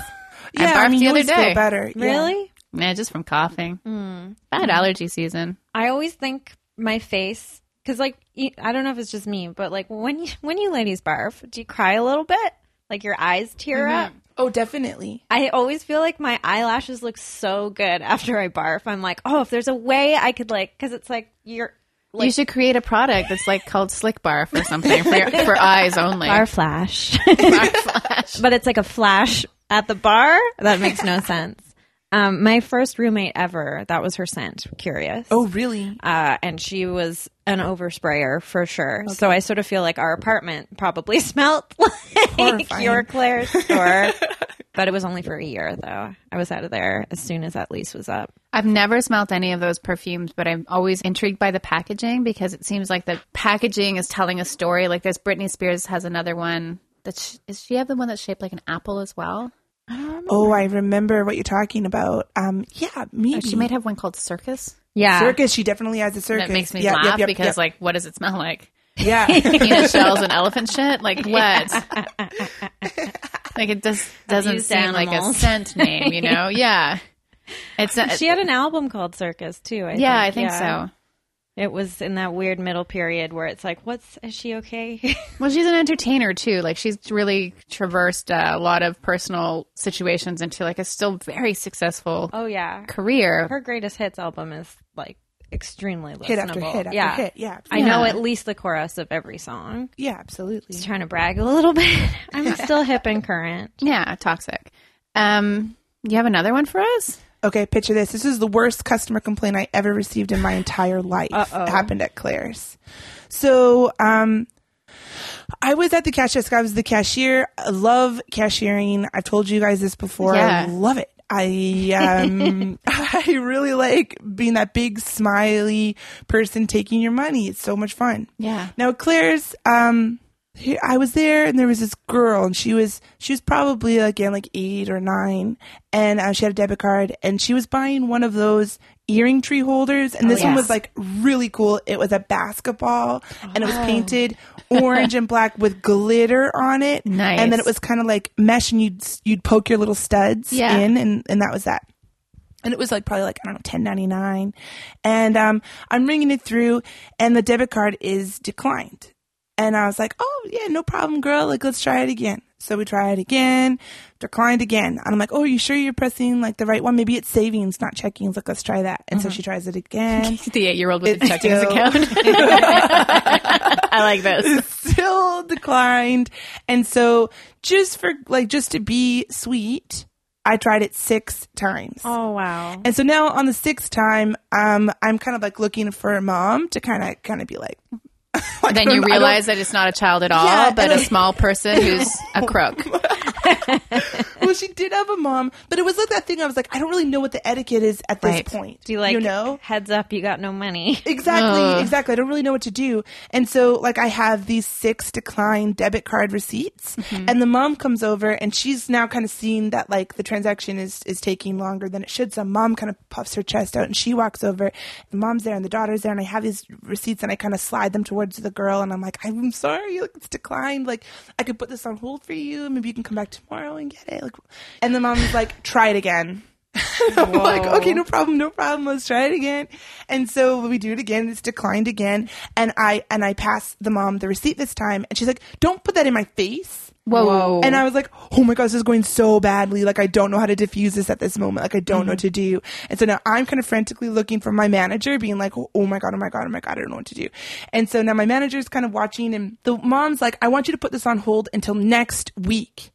[SPEAKER 3] Yeah,
[SPEAKER 2] barfed the
[SPEAKER 3] you
[SPEAKER 2] other
[SPEAKER 3] always feel
[SPEAKER 2] day.
[SPEAKER 3] better. Yeah.
[SPEAKER 1] Really?
[SPEAKER 2] Yeah, just from coughing.
[SPEAKER 3] Hmm.
[SPEAKER 2] Bad allergy season.
[SPEAKER 1] I always think my face because like e- I don't know if it's just me, but like when you when you ladies barf, do you cry a little bit? Like your eyes tear up.
[SPEAKER 3] Oh, definitely.
[SPEAKER 1] I always feel like my eyelashes look so good after I barf. I'm like, oh, if there's a way I could like, because it's like you're
[SPEAKER 2] you should create a product that's like called Slick Barf or something for, your, for eyes only.
[SPEAKER 1] bar flash, but it's like a flash at the bar. That makes no sense. Um, my first roommate ever, that was her scent. Curious.
[SPEAKER 3] Oh, really?
[SPEAKER 1] uh, and she was an oversprayer for sure. So I sort of feel like our apartment probably smelled like
[SPEAKER 3] Horrifying.
[SPEAKER 1] your Claire's store. but it was only for a year, though. I was out of there as soon as that lease was up.
[SPEAKER 2] I've never smelled any of those perfumes, but I'm always intrigued by the packaging because it seems like the packaging is telling a story. Like this, Britney Spears has another one. That sh- is she have the one that's shaped like an apple as well?
[SPEAKER 3] Oh, I remember what you're talking about. Um, yeah, maybe.
[SPEAKER 2] Or Oh, she might have one called Circus.
[SPEAKER 1] Yeah.
[SPEAKER 3] circus. She definitely has a circus.
[SPEAKER 2] That makes me
[SPEAKER 3] Yep,
[SPEAKER 2] laugh
[SPEAKER 3] yep, yep,
[SPEAKER 2] because,
[SPEAKER 3] yep.
[SPEAKER 2] like, what does it smell like?
[SPEAKER 3] yeah,
[SPEAKER 2] Peanut shells and elephant shit? Like what? like it just doesn't
[SPEAKER 1] Abused
[SPEAKER 2] seem like a
[SPEAKER 1] animals.
[SPEAKER 2] scent name, you know? yeah, it's a,
[SPEAKER 1] She had an album called Circus, too. I
[SPEAKER 2] yeah. I
[SPEAKER 1] think.
[SPEAKER 2] think so.
[SPEAKER 1] It was in that weird middle period where it's like, what's, is she okay?
[SPEAKER 2] Well, she's an entertainer too. Like she's really traversed uh, a lot of personal situations into like a still very successful
[SPEAKER 1] oh, yeah.
[SPEAKER 2] career.
[SPEAKER 1] Her greatest hits album is like extremely listenable.
[SPEAKER 3] hit after hit after
[SPEAKER 1] yeah.
[SPEAKER 3] hit. Yeah,
[SPEAKER 1] I know
[SPEAKER 2] Yeah.
[SPEAKER 1] at least the chorus of every song.
[SPEAKER 3] yeah, absolutely.
[SPEAKER 1] Just trying to brag a little bit. I'm still hip and current.
[SPEAKER 2] yeah, toxic. Um, you have another one for us?
[SPEAKER 3] Okay, picture this. This is the worst customer complaint I ever received in my entire life.
[SPEAKER 1] Uh-oh.
[SPEAKER 3] It happened at Claire's. So, um, I was at the cash desk. I was the cashier. I love cashiering. I've told you guys this before.
[SPEAKER 2] Yeah.
[SPEAKER 3] I love it. I um, I really like being that big smiley person taking your money. It's so much fun.
[SPEAKER 2] Yeah.
[SPEAKER 3] Now Claire's, um, here, I was there, and there was this girl, and she was she was probably again like eight or nine, and uh, she had a debit card, and she was buying one of those earring tree holders, and this one
[SPEAKER 2] Oh, yes.
[SPEAKER 3] was like really cool. It was a basketball, and it
[SPEAKER 2] Oh.
[SPEAKER 3] was painted orange and black with glitter on it,
[SPEAKER 2] Nice.
[SPEAKER 3] and then it was kind of like mesh, and you'd you'd poke your little studs
[SPEAKER 2] Yeah.
[SPEAKER 3] in, and and that was that and it was like probably like I don't know ten ninety nine, and um, I'm ringing it through, and the debit card is declined, and I was like, oh yeah, no problem, girl. Like let's try it again. So we try it again, declined again, and I'm like, oh, are you sure you're pressing like the right one? Maybe it's savings, not checkings. Like let's try that. And so she tries it again.
[SPEAKER 2] The eight year old with the
[SPEAKER 3] It's
[SPEAKER 2] checkings
[SPEAKER 3] still-
[SPEAKER 2] account. I like this.
[SPEAKER 3] still declined. And so just for like just to be sweet, I tried it six times.
[SPEAKER 1] Oh wow.
[SPEAKER 3] And so now on the sixth time, um, I'm kind of like looking for a mom to kind of kind of be like. like,
[SPEAKER 2] Then you
[SPEAKER 3] I don't-
[SPEAKER 2] realize that it's not a child at all,
[SPEAKER 3] Yeah,
[SPEAKER 2] but
[SPEAKER 3] and
[SPEAKER 2] a
[SPEAKER 3] I-
[SPEAKER 2] small person who's a crook.
[SPEAKER 3] well, she did have a mom, but it was like that thing. I was like, I don't really know what the etiquette is at this
[SPEAKER 2] Right.
[SPEAKER 3] point.
[SPEAKER 1] Do you like
[SPEAKER 3] You know.
[SPEAKER 1] heads up you got no money?
[SPEAKER 3] Exactly,
[SPEAKER 2] Ugh.
[SPEAKER 3] exactly. I don't really know what to do. And so like I have these six declined debit card receipts and the mom comes over and she's now kind of seeing that like the transaction is is taking longer than it should. So mom kind of puffs her chest out and she walks over and mom's there and the daughter's there and I have these receipts and I kind of slide them towards the girl and I'm like, I'm sorry, like it's declined. Like I could put this on hold for you. Maybe you can come back tomorrow and get it. Like and the mom's like, try it again. I'm like,
[SPEAKER 1] Whoa.
[SPEAKER 3] okay, no problem, no problem. Let's try it again. And so we do it again. It's declined again. And I and I pass the mom the receipt this time, and she's like, "Don't put that in my face."
[SPEAKER 2] Whoa. Whoa.
[SPEAKER 3] And I was like, "Oh my gosh, this is going so badly. Like I don't know how to diffuse this at this moment. Like I don't know what to do." And so now I'm kind of frantically looking for my manager, being like, "Oh my god, oh my god, oh my god, I don't know what to do." And so now my manager's kind of watching, and the mom's like, "I want you to put this on hold until next week."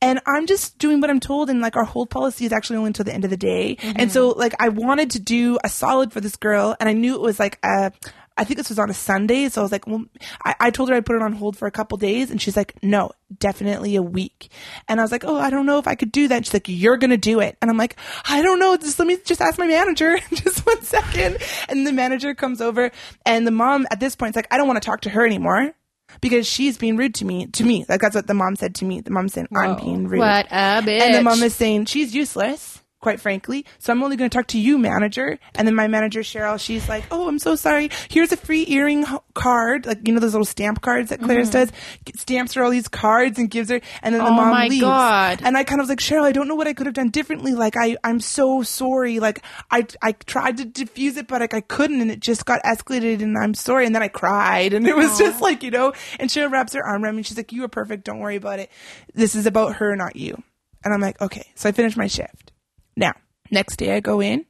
[SPEAKER 3] and I'm just doing what I'm told. And like our hold policy is actually only until the end of the day. And so like I wanted to do a solid for this girl, and I knew it was like a. I think this was on a Sunday, so I was like, well, I, I told her I'd put it on hold for a couple days, and she's like, no, definitely a week. And I was like, oh, I don't know if I could do that. And she's like, you're gonna do it, and I'm like, I don't know. Just let me just ask my manager, just one second. And the manager comes over, and the mom at this point is like, I don't want to talk to her anymore because she's being rude to me. To me, like that's what the mom said to me. The mom said, "I'm being rude,"
[SPEAKER 2] What a bitch.
[SPEAKER 3] and the mom is saying she's useless. Quite frankly, so I'm only going to talk to you, manager. And then my manager Cheryl, she's like, "Oh, I'm so sorry. Here's a free earring h- card, like you know those little stamp cards that Claire's
[SPEAKER 2] Mm-hmm.
[SPEAKER 3] does. G- Stamps her all these cards and gives her." And then the
[SPEAKER 2] Oh
[SPEAKER 3] mom
[SPEAKER 2] my
[SPEAKER 3] leaves.
[SPEAKER 2] God.
[SPEAKER 3] And I kind of was like, Cheryl, I don't know what I could have done differently. Like I, I'm so sorry. Like I, I tried to diffuse it, but like I couldn't, and it just got escalated. And I'm sorry. And then I cried, and it was just like you know. And Cheryl wraps her arm around me. and She's like, "You were perfect. Don't worry about it. This is about her, not you." And I'm like, "Okay." So I finish my shift. Now, next day I go in,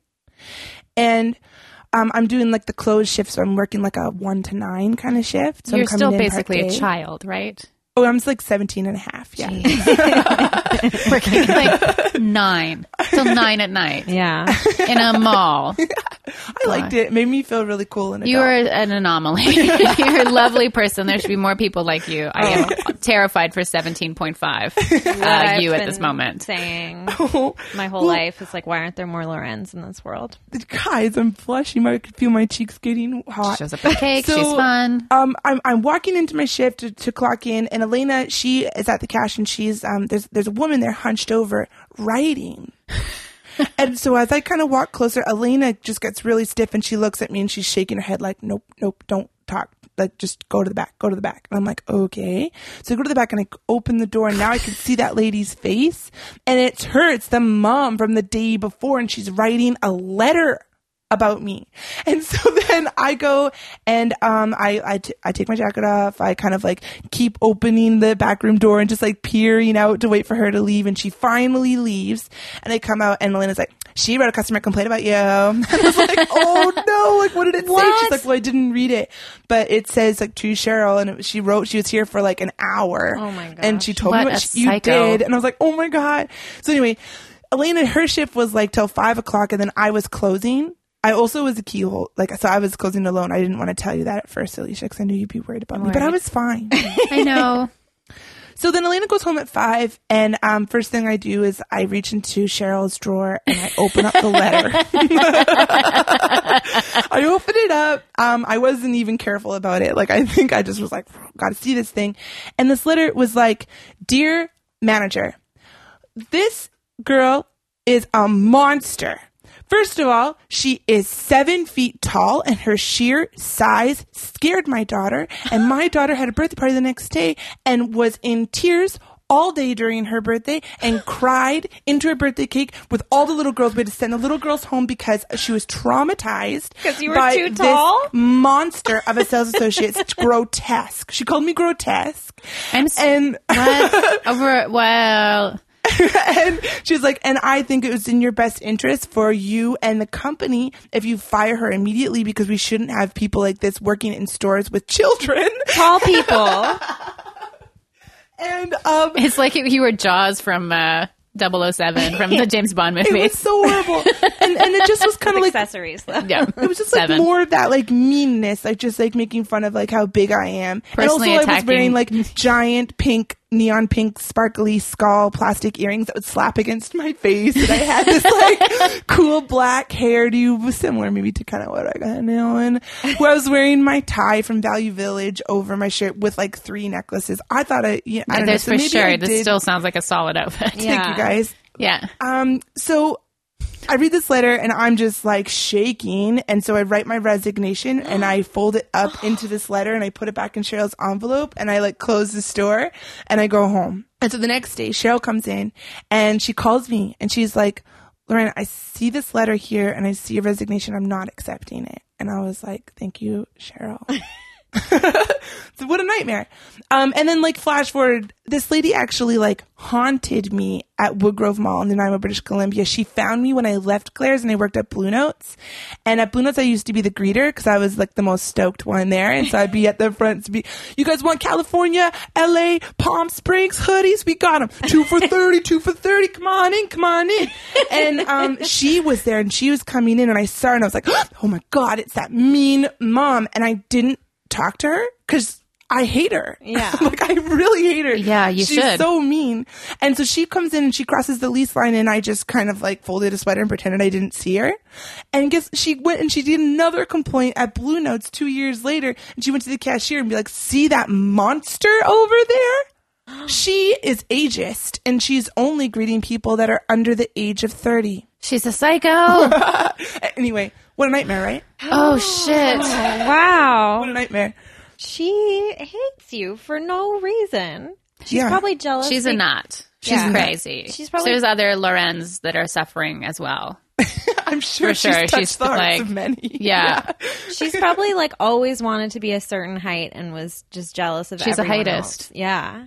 [SPEAKER 3] and. Um, I'm doing like the closed shift, so I'm working like a one to nine kind of shift. So
[SPEAKER 2] You're
[SPEAKER 3] I'm coming
[SPEAKER 2] still
[SPEAKER 3] in part
[SPEAKER 2] basically a
[SPEAKER 3] day.
[SPEAKER 2] child, right?
[SPEAKER 3] Oh, I'm just like 17 and a half. Yeah.
[SPEAKER 2] Working like nine till nine at night
[SPEAKER 1] Yeah.
[SPEAKER 2] in a mall.
[SPEAKER 3] I liked it. It made me feel really cool. And
[SPEAKER 2] You are an anomaly. You're a lovely person. There should be more people like you. I am
[SPEAKER 3] Oh.
[SPEAKER 2] terrified for 17.5 uh, you at this moment.
[SPEAKER 1] Saying
[SPEAKER 3] are
[SPEAKER 1] my whole life is like, why aren't there more Laurens in this world?
[SPEAKER 3] guys, I'm blushing. I could feel my cheeks getting hot.
[SPEAKER 2] Shows up with cake.
[SPEAKER 3] So,
[SPEAKER 2] She's fun.
[SPEAKER 3] Um, I'm I'm walking into my shift to, to clock in, and Elena she is at the cash, and she's um there's there's a woman there hunched over writing. and so as I kind of walk closer, Elena just gets really stiff, and she looks at me, and she's shaking her head like, nope, nope, don't talk. Like just go to the back, go to the back. And I'm like, okay. So I go to the back and I open the door, and now I can see that lady's face, and it's her, it's the mom from the day before, and she's writing a letter about me. And so then I go and um I I, t- I take my jacket off. I kind of like keep opening the back room door and just like peering out to wait for her to leave and she finally leaves and I come out and Elena's like she wrote a customer complaint about you. And I was like, "Oh no, like what did it say?" She's like, "Well, I didn't read it, but it says like to Cheryl and it, she wrote she was here for like an hour."
[SPEAKER 1] Oh, my
[SPEAKER 3] And she told
[SPEAKER 2] What
[SPEAKER 3] me
[SPEAKER 2] a
[SPEAKER 3] what she, you
[SPEAKER 2] psycho.
[SPEAKER 3] did and I was like, "Oh my god." So anyway, Elena, her shift was like till five o'clock, and then I was closing. I also was a keyhole, like so. I was closing alone. I didn't want to tell you that at first, Alicia, because I knew you'd be worried about me. But I
[SPEAKER 2] Worried.
[SPEAKER 3] was fine.
[SPEAKER 2] I know.
[SPEAKER 3] so then Elena goes home at five, and um, first thing I do is I reach into Cheryl's drawer and I open up the letter. I opened it up. Um, I wasn't even careful about it. Like I think I just was like, gotta see this thing. And this letter was like, "Dear manager, this girl is a monster. First of all, she is seven feet tall, and her sheer size scared my daughter. And my daughter had a birthday party the next day and was in tears all day during her birthday and cried into her birthday cake with all the little girls. We had to send the little girls home because she was traumatized
[SPEAKER 1] 'Cause you were
[SPEAKER 3] by
[SPEAKER 1] too
[SPEAKER 3] this
[SPEAKER 1] tall?
[SPEAKER 3] monster of a sales associate. It's grotesque. She called me grotesque,
[SPEAKER 2] I'm s-
[SPEAKER 3] and
[SPEAKER 2] what? Over. Well,
[SPEAKER 3] and she's like, and I think it was in your best interest for you and the company if you fire her immediately because we shouldn't have people like this working in stores with children.
[SPEAKER 1] Tall people.
[SPEAKER 3] And um,
[SPEAKER 2] it's like you were Jaws from uh, 007 from the James Bond
[SPEAKER 3] it was
[SPEAKER 2] movies.
[SPEAKER 3] so horrible. and and it just was kind of like
[SPEAKER 1] accessories, though.
[SPEAKER 2] Yeah,
[SPEAKER 3] it was just like more of that like meanness, like just like making fun of like how big I am.
[SPEAKER 2] Personally
[SPEAKER 3] and also I was
[SPEAKER 2] attacking-
[SPEAKER 3] wearing like giant pink neon pink sparkly skull plastic earrings that would slap against my face and I had this like cool black hairdo similar maybe to kind of what I got now and where I was wearing my tie from Value Village over my shirt with like three necklaces. I thought I yeah, I don't know.
[SPEAKER 2] There's
[SPEAKER 3] So
[SPEAKER 2] for
[SPEAKER 3] maybe I
[SPEAKER 2] sure.
[SPEAKER 3] did-
[SPEAKER 2] This still sounds like a solid outfit. Yeah.
[SPEAKER 3] thank you guys.
[SPEAKER 2] yeah.
[SPEAKER 3] Um, so I read this letter and I'm just like shaking. And so I write my resignation and I fold it up into this letter and I put it back in Cheryl's envelope and I like close the store and I go home. And so the next day, Cheryl comes in and she calls me and she's like, Lauren, I see this letter here and I see your resignation. I'm not accepting it. And I was like, thank you, Cheryl. So what a nightmare. Um, and then like flash forward, this lady actually like haunted me at Woodgrove Mall in Nanaimo, British Columbia. She found me when I left Claire's and I worked at Blue Notes. And at Blue Notes, I used to be the greeter because I was like the most stoked one there. And so I'd be at the front to be, you guys want California, LA, Palm Springs hoodies? We got them. Two for 30, two for 30. Come on in, come on in. And, um, she was there and she was coming in and I saw her and I was like, oh my God, it's that mean mom. And I didn't talk to her because I hate her.
[SPEAKER 1] Yeah.
[SPEAKER 3] like I really hate her.
[SPEAKER 2] Yeah, you
[SPEAKER 3] She's
[SPEAKER 2] should.
[SPEAKER 3] so mean. And so she comes in and she crosses the lease line, and I just kind of like folded a sweater and pretended I didn't see her. And guess she went and she did another complaint at Blue Notes two years later, and she went to the cashier and be like, "See that monster over there." She is ageist and she's only greeting people that are under the age of 30.
[SPEAKER 2] She's a psycho.
[SPEAKER 3] Anyway, what a nightmare, right?
[SPEAKER 2] oh shit.
[SPEAKER 3] What a
[SPEAKER 1] Wow.
[SPEAKER 3] nightmare.
[SPEAKER 1] She hates you for no reason. She's
[SPEAKER 3] Yeah.
[SPEAKER 1] probably jealous.
[SPEAKER 2] She's a
[SPEAKER 1] be-
[SPEAKER 2] nut. She's
[SPEAKER 1] Yeah.
[SPEAKER 2] crazy.
[SPEAKER 1] She's probably-
[SPEAKER 2] There's other Lorenz that are suffering as well.
[SPEAKER 3] I'm sure,
[SPEAKER 2] For sure,
[SPEAKER 3] she's touched
[SPEAKER 2] she's
[SPEAKER 3] the hearts
[SPEAKER 2] like-
[SPEAKER 3] of many.
[SPEAKER 2] Yeah.
[SPEAKER 1] She's probably like always wanted to be a certain height and was just jealous of.
[SPEAKER 2] She's a
[SPEAKER 1] everyone
[SPEAKER 2] heightist.
[SPEAKER 1] else. Yeah.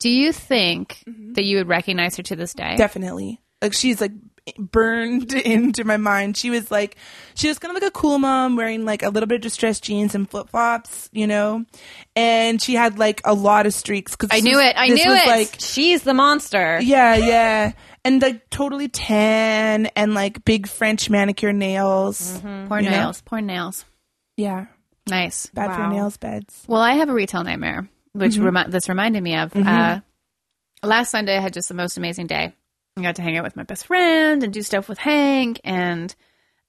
[SPEAKER 2] Do you think that you would recognize her to this day?
[SPEAKER 3] Mm-hmm. Definitely. Like she's like burned into my mind. She was like she was kind of like a cool mom wearing like a little bit of distressed jeans and flip flops, you know? And she had like a lot of streaks. Cause
[SPEAKER 2] I
[SPEAKER 3] this
[SPEAKER 2] knew
[SPEAKER 3] was-
[SPEAKER 2] it. I
[SPEAKER 3] this
[SPEAKER 2] knew
[SPEAKER 3] was,
[SPEAKER 2] it.
[SPEAKER 3] Like
[SPEAKER 1] She's the monster.
[SPEAKER 3] yeah, yeah. And like totally tan and like big French manicure nails.
[SPEAKER 2] Poor
[SPEAKER 3] You know?
[SPEAKER 2] nails. Poor nails.
[SPEAKER 3] Yeah.
[SPEAKER 2] Nice.
[SPEAKER 3] Bad Mm-hmm. for
[SPEAKER 1] Wow.
[SPEAKER 3] your nails beds.
[SPEAKER 2] Well, I have a retail nightmare, which remi- this reminded me of.
[SPEAKER 3] Mm-hmm.
[SPEAKER 2] Uh, last Sunday, I had just the most amazing day. I got to hang out with my best friend and do stuff with Hank, and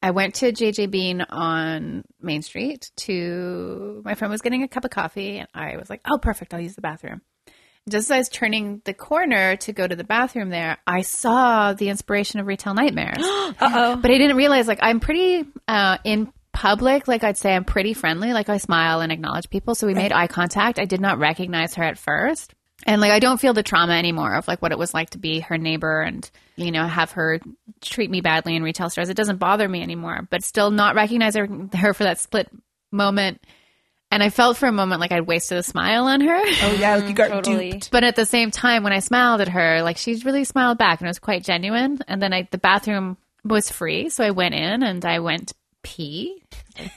[SPEAKER 2] I went to JJ Bean on Main Street. To my friend was getting a cup of coffee, and I was like, "Oh, perfect! I'll use the bathroom." Just as I was turning the corner to go to the bathroom, there I saw the inspiration of Retail Nightmares.
[SPEAKER 1] Uh
[SPEAKER 2] But I didn't realize like I'm pretty uh, in public. Like I'd say I'm pretty friendly. Like I smile and acknowledge people. So we made eye contact. I did not recognize her at first, and like I don't feel the trauma anymore of like what it was like to be her neighbor and you know have her treat me badly in retail stores. It doesn't bother me anymore. But still not recognizing her for that split moment. And I felt for a moment like I'd wasted a smile on her.
[SPEAKER 3] Oh yeah, like you got
[SPEAKER 1] totally.
[SPEAKER 3] duped.
[SPEAKER 2] But at the same time, when I smiled at her, like she really smiled back and it was quite genuine. And then I, the bathroom was free. So I went in and I went pee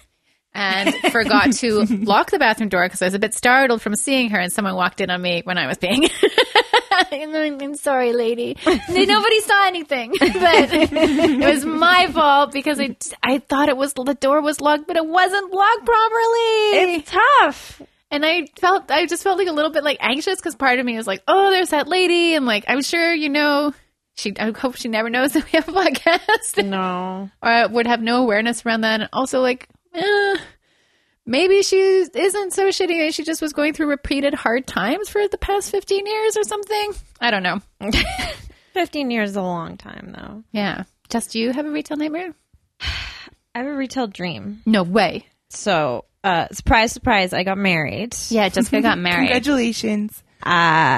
[SPEAKER 2] and forgot to lock the bathroom door because I was a bit startled from seeing her and someone walked in on me when I was peeing.
[SPEAKER 4] I'm I'm sorry, lady. Nobody saw anything, but it was my fault because I, I thought it was the door was locked, but it wasn't locked properly.
[SPEAKER 1] It's tough.
[SPEAKER 4] and I felt I just felt like a little bit like anxious because part of me is like, oh, there's that lady, and like I'm sure you know. She, I hope she never knows that we have a podcast.
[SPEAKER 1] No.
[SPEAKER 4] or I would have no awareness around that. And also, like, eh, maybe she isn't so shitty. and She just was going through repeated hard times for the past 15 years or something. I don't know.
[SPEAKER 1] 15 years is a long time, though.
[SPEAKER 4] Yeah. Just you have a retail nightmare?
[SPEAKER 1] I have a retail dream.
[SPEAKER 4] No way.
[SPEAKER 1] So, uh, surprise, surprise, I got married.
[SPEAKER 2] Yeah, Jessica got married.
[SPEAKER 3] Congratulations.
[SPEAKER 1] Uh,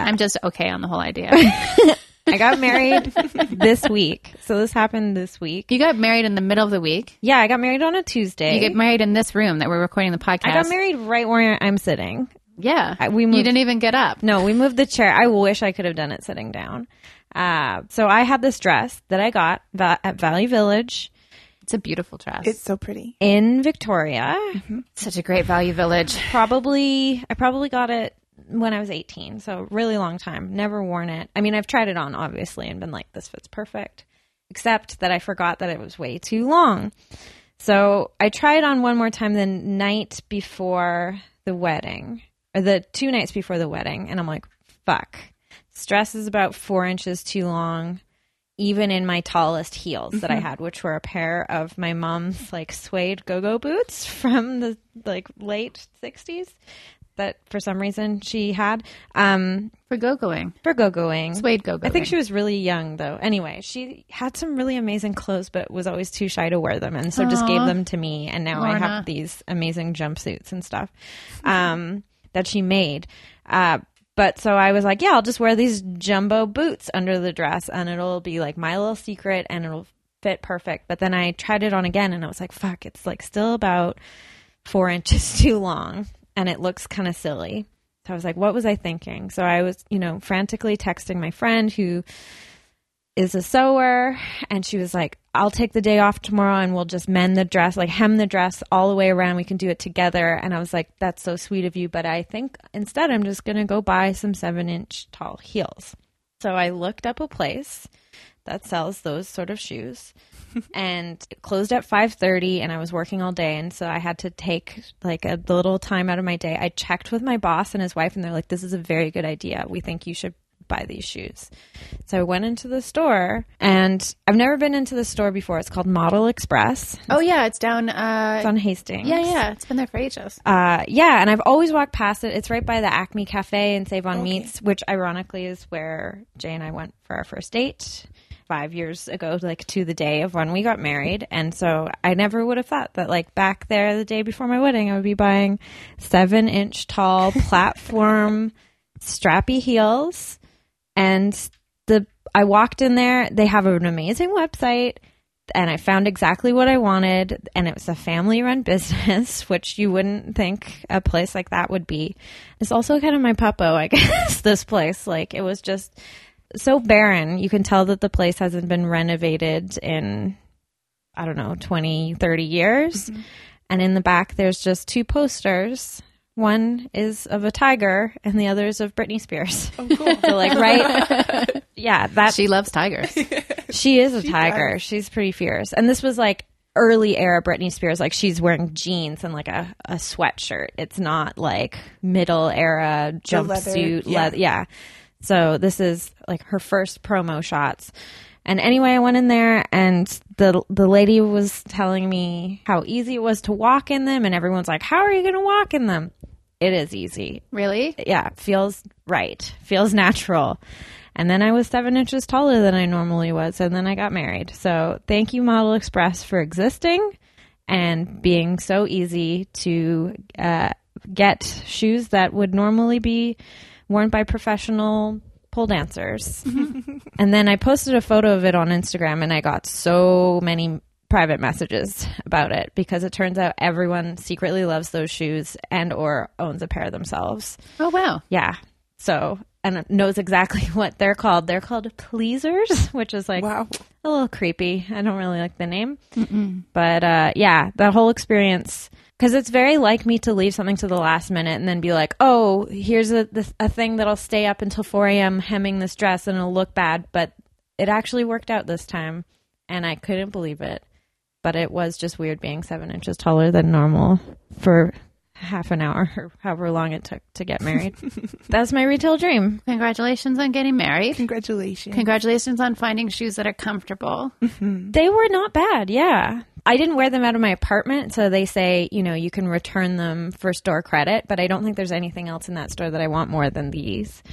[SPEAKER 2] I'm just okay on the whole idea.
[SPEAKER 1] I got married this week. So this happened this week.
[SPEAKER 2] you got married in the middle of the week.
[SPEAKER 1] Yeah, I got married on a Tuesday.
[SPEAKER 2] You get married in this room that we're recording the podcast.
[SPEAKER 1] I got married right where I'm sitting.
[SPEAKER 2] Yeah,
[SPEAKER 1] I- we
[SPEAKER 2] you
[SPEAKER 1] moved-
[SPEAKER 2] didn't even get up.
[SPEAKER 1] No, we moved the chair. I wish I could have done it sitting down. Uh, so I had this dress that I got va- at Valley Village
[SPEAKER 2] It's a beautiful dress.
[SPEAKER 3] It's so pretty.
[SPEAKER 1] in Victoria.
[SPEAKER 2] such a great value village.
[SPEAKER 1] Probably, I probably got it when I was 18. So really long time. Never worn it. I mean, I've tried it on obviously and been like, this fits perfect. Except that I forgot that it was way too long. So I tried on one more time the night before the wedding, or the two nights before the wedding, and I'm like, fuck. This dress is about four inches too long, even in my tallest heels that I had, which were a pair of my mom's like suede go go boots from the like late sixties that for some reason she had. Um
[SPEAKER 2] For go going.
[SPEAKER 1] for go going.
[SPEAKER 2] Suede go going.
[SPEAKER 1] I think she was really young though. Anyway, she had some really amazing clothes, but was always too shy to wear them, and so just gave them to me. And now I
[SPEAKER 2] Lorna.
[SPEAKER 1] have these amazing jumpsuits and stuff um, that she made. Uh, but so I was like, yeah, I'll just wear these jumbo boots under the dress, and it'll be like my little secret, and it'll fit perfect. But then I tried it on again, and I was like, fuck, it's like still about four inches too long and it looks kind of silly. So I was like, what was I thinking? So I was, you know, frantically texting my friend who is a sewer and she was like, I'll take the day off tomorrow and we'll just mend the dress, like hem the dress all the way around. We can do it together. And I was like, that's so sweet of you. But I think instead I'm just going to go buy some seven inch tall heels. So I looked up a place that sells those sort of shoes and it closed at 5.30 and i was working all day and so i had to take like a little time out of my day i checked with my boss and his wife and they're like this is a very good idea we think you should buy these shoes so i went into the store and i've never been into the store before it's called model express
[SPEAKER 2] Oh yeah, it's down.
[SPEAKER 1] it's
[SPEAKER 2] Uh,
[SPEAKER 1] on hastings
[SPEAKER 2] yeah, yeah, it's been there for ages.
[SPEAKER 1] uh, yeah, and I've always walked past it. It's right by the Acme Cafe and Save on Meats, which ironically is where Jay and I went for our first date five years ago, like to the day of when we got married. And so I never would have thought that, like back there the day before my wedding, I would be buying seven inch tall platform strappy heels and the I walked in there. They have an amazing website, and I found exactly what I wanted. And it was a family-run business, which you wouldn't think a place like that would be. It's also kind of my puppo, I guess. This place, like, it was just so barren. You can tell that the place hasn't been renovated in I don't know, 20, 30 years. And in the back, there's just two posters. One is of a tiger, and the other is of Britney Spears. Oh, cool. so, like, right? Yeah, that she,
[SPEAKER 2] She loves tigers.
[SPEAKER 1] is a tiger. She's pretty fierce. And this was like early era Britney Spears. Like, she's wearing jeans and like a, a sweatshirt. It's not like middle era
[SPEAKER 3] leather,
[SPEAKER 1] jumpsuit.
[SPEAKER 3] yeah.
[SPEAKER 1] leather, yeah. So this is like her first promo shots. And anyway, I went in there and the the lady was telling me how easy it was to walk in them and everyone's like, "How are you going to walk in them?" It is easy.
[SPEAKER 2] really?
[SPEAKER 1] Yeah, feels right. Feels natural. And then I was 7 inches taller than I normally was and then I got married. So, thank you Model Express for existing and being so easy to uh, get shoes that would normally be worn by professional pole dancers. and then I posted a photo of it on Instagram and I got so many private messages about it because it turns out everyone secretly loves those shoes and or owns a pair themselves.
[SPEAKER 2] Oh wow.
[SPEAKER 1] Yeah. So and knows exactly what they're called. They're called pleasers, which is like
[SPEAKER 3] Wow.
[SPEAKER 1] a a little creepy. I don't really like the name. But uh, yeah, that whole experience, because it's very like me to leave something to the last minute and then be like, oh, here's a, this, a thing that'll stay up until 4 a.m. hemming this dress and it'll look bad. But it actually worked out this time. And I couldn't believe it. But it was just weird being seven inches taller than normal for half an hour or however long it took to get married. That's my retail dream.
[SPEAKER 2] Congratulations on getting married.
[SPEAKER 3] Congratulations.
[SPEAKER 2] Congratulations on finding shoes that are comfortable.
[SPEAKER 1] They were not bad, yeah. I didn't wear them out of my apartment, so they say, you know, you can return them for store credit, but I don't think there's anything else in that store that I want more than these.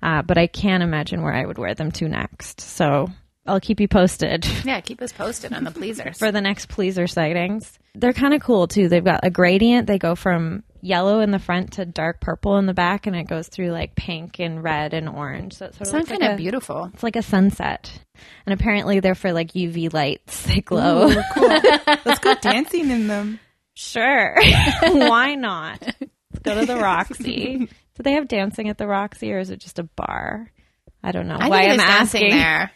[SPEAKER 1] Uh, but I can't imagine where I would wear them to next. So I'll keep you posted
[SPEAKER 2] Yeah, keep us posted on the pleasers.
[SPEAKER 1] for the next pleaser sightings. They're kind of cool too. They've got a gradient. They go from yellow in the front to dark purple in the back, and it goes through like pink and red and orange. So it's sort of
[SPEAKER 2] Sound
[SPEAKER 1] looks like
[SPEAKER 2] kind of
[SPEAKER 1] a-
[SPEAKER 2] beautiful.
[SPEAKER 1] It's like a sunset. And apparently they're for like UV lights. They glow.
[SPEAKER 3] Let's go dancing in them.
[SPEAKER 1] Sure. Why not? Let's go to the Roxy. Do they have dancing at the Roxy or is it just a bar? I don't know
[SPEAKER 2] I
[SPEAKER 1] why
[SPEAKER 2] think
[SPEAKER 1] I'm
[SPEAKER 2] there's dancing
[SPEAKER 1] asking.
[SPEAKER 2] there.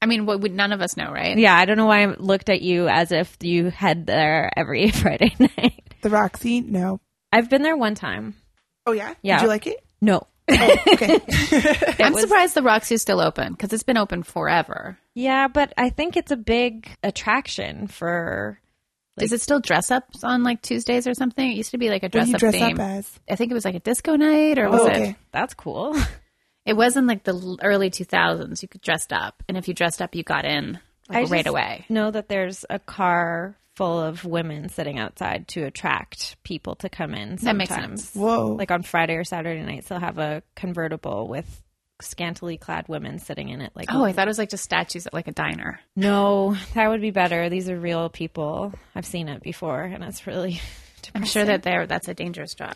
[SPEAKER 2] I mean, what would none of us know, right?
[SPEAKER 1] Yeah, I don't know why I looked at you as if you head there every Friday night.
[SPEAKER 3] The Roxy? No.
[SPEAKER 1] I've been there one time.
[SPEAKER 3] Oh yeah.
[SPEAKER 1] Yeah.
[SPEAKER 3] Did you like it?
[SPEAKER 1] No.
[SPEAKER 3] Okay.
[SPEAKER 2] I'm
[SPEAKER 1] was-
[SPEAKER 2] surprised the Roxy is still open because it's been open forever.
[SPEAKER 1] Yeah, but I think it's a big attraction for
[SPEAKER 2] Is it still dress ups on like Tuesdays or something? It used to be like a
[SPEAKER 3] what
[SPEAKER 2] dress
[SPEAKER 3] do you
[SPEAKER 2] up
[SPEAKER 3] dress
[SPEAKER 2] theme.
[SPEAKER 3] up as?
[SPEAKER 2] I think it was like a disco night or was
[SPEAKER 3] Oh,
[SPEAKER 2] it?
[SPEAKER 3] okay.
[SPEAKER 1] that's cool.
[SPEAKER 2] It was in like the l- early 2000s. You could dress up, and if you dressed up, you got in like,
[SPEAKER 1] I
[SPEAKER 2] right
[SPEAKER 1] just
[SPEAKER 2] away.
[SPEAKER 1] Know that there's a car full of women sitting outside to attract people to come in. Sometimes.
[SPEAKER 2] That makes sense.
[SPEAKER 3] Whoa.
[SPEAKER 1] like on Friday or Saturday nights, they'll have a convertible with scantily clad women sitting in it. Like,
[SPEAKER 2] Oh, I thought it was like just statues at like a diner.
[SPEAKER 1] no, that would be better. These are real people. I've seen it before, and it's really.
[SPEAKER 2] I'm
[SPEAKER 1] Depressing.
[SPEAKER 2] sure that there that's a dangerous job.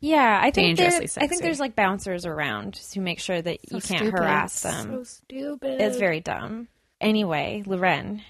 [SPEAKER 1] Yeah, I think there-
[SPEAKER 2] Dangerously
[SPEAKER 1] I think
[SPEAKER 2] sexy.
[SPEAKER 1] there's like bouncers around to make sure that you can't
[SPEAKER 2] Stupid.
[SPEAKER 1] harass them.
[SPEAKER 2] So stupid.
[SPEAKER 1] It's very dumb. Anyway, Loren,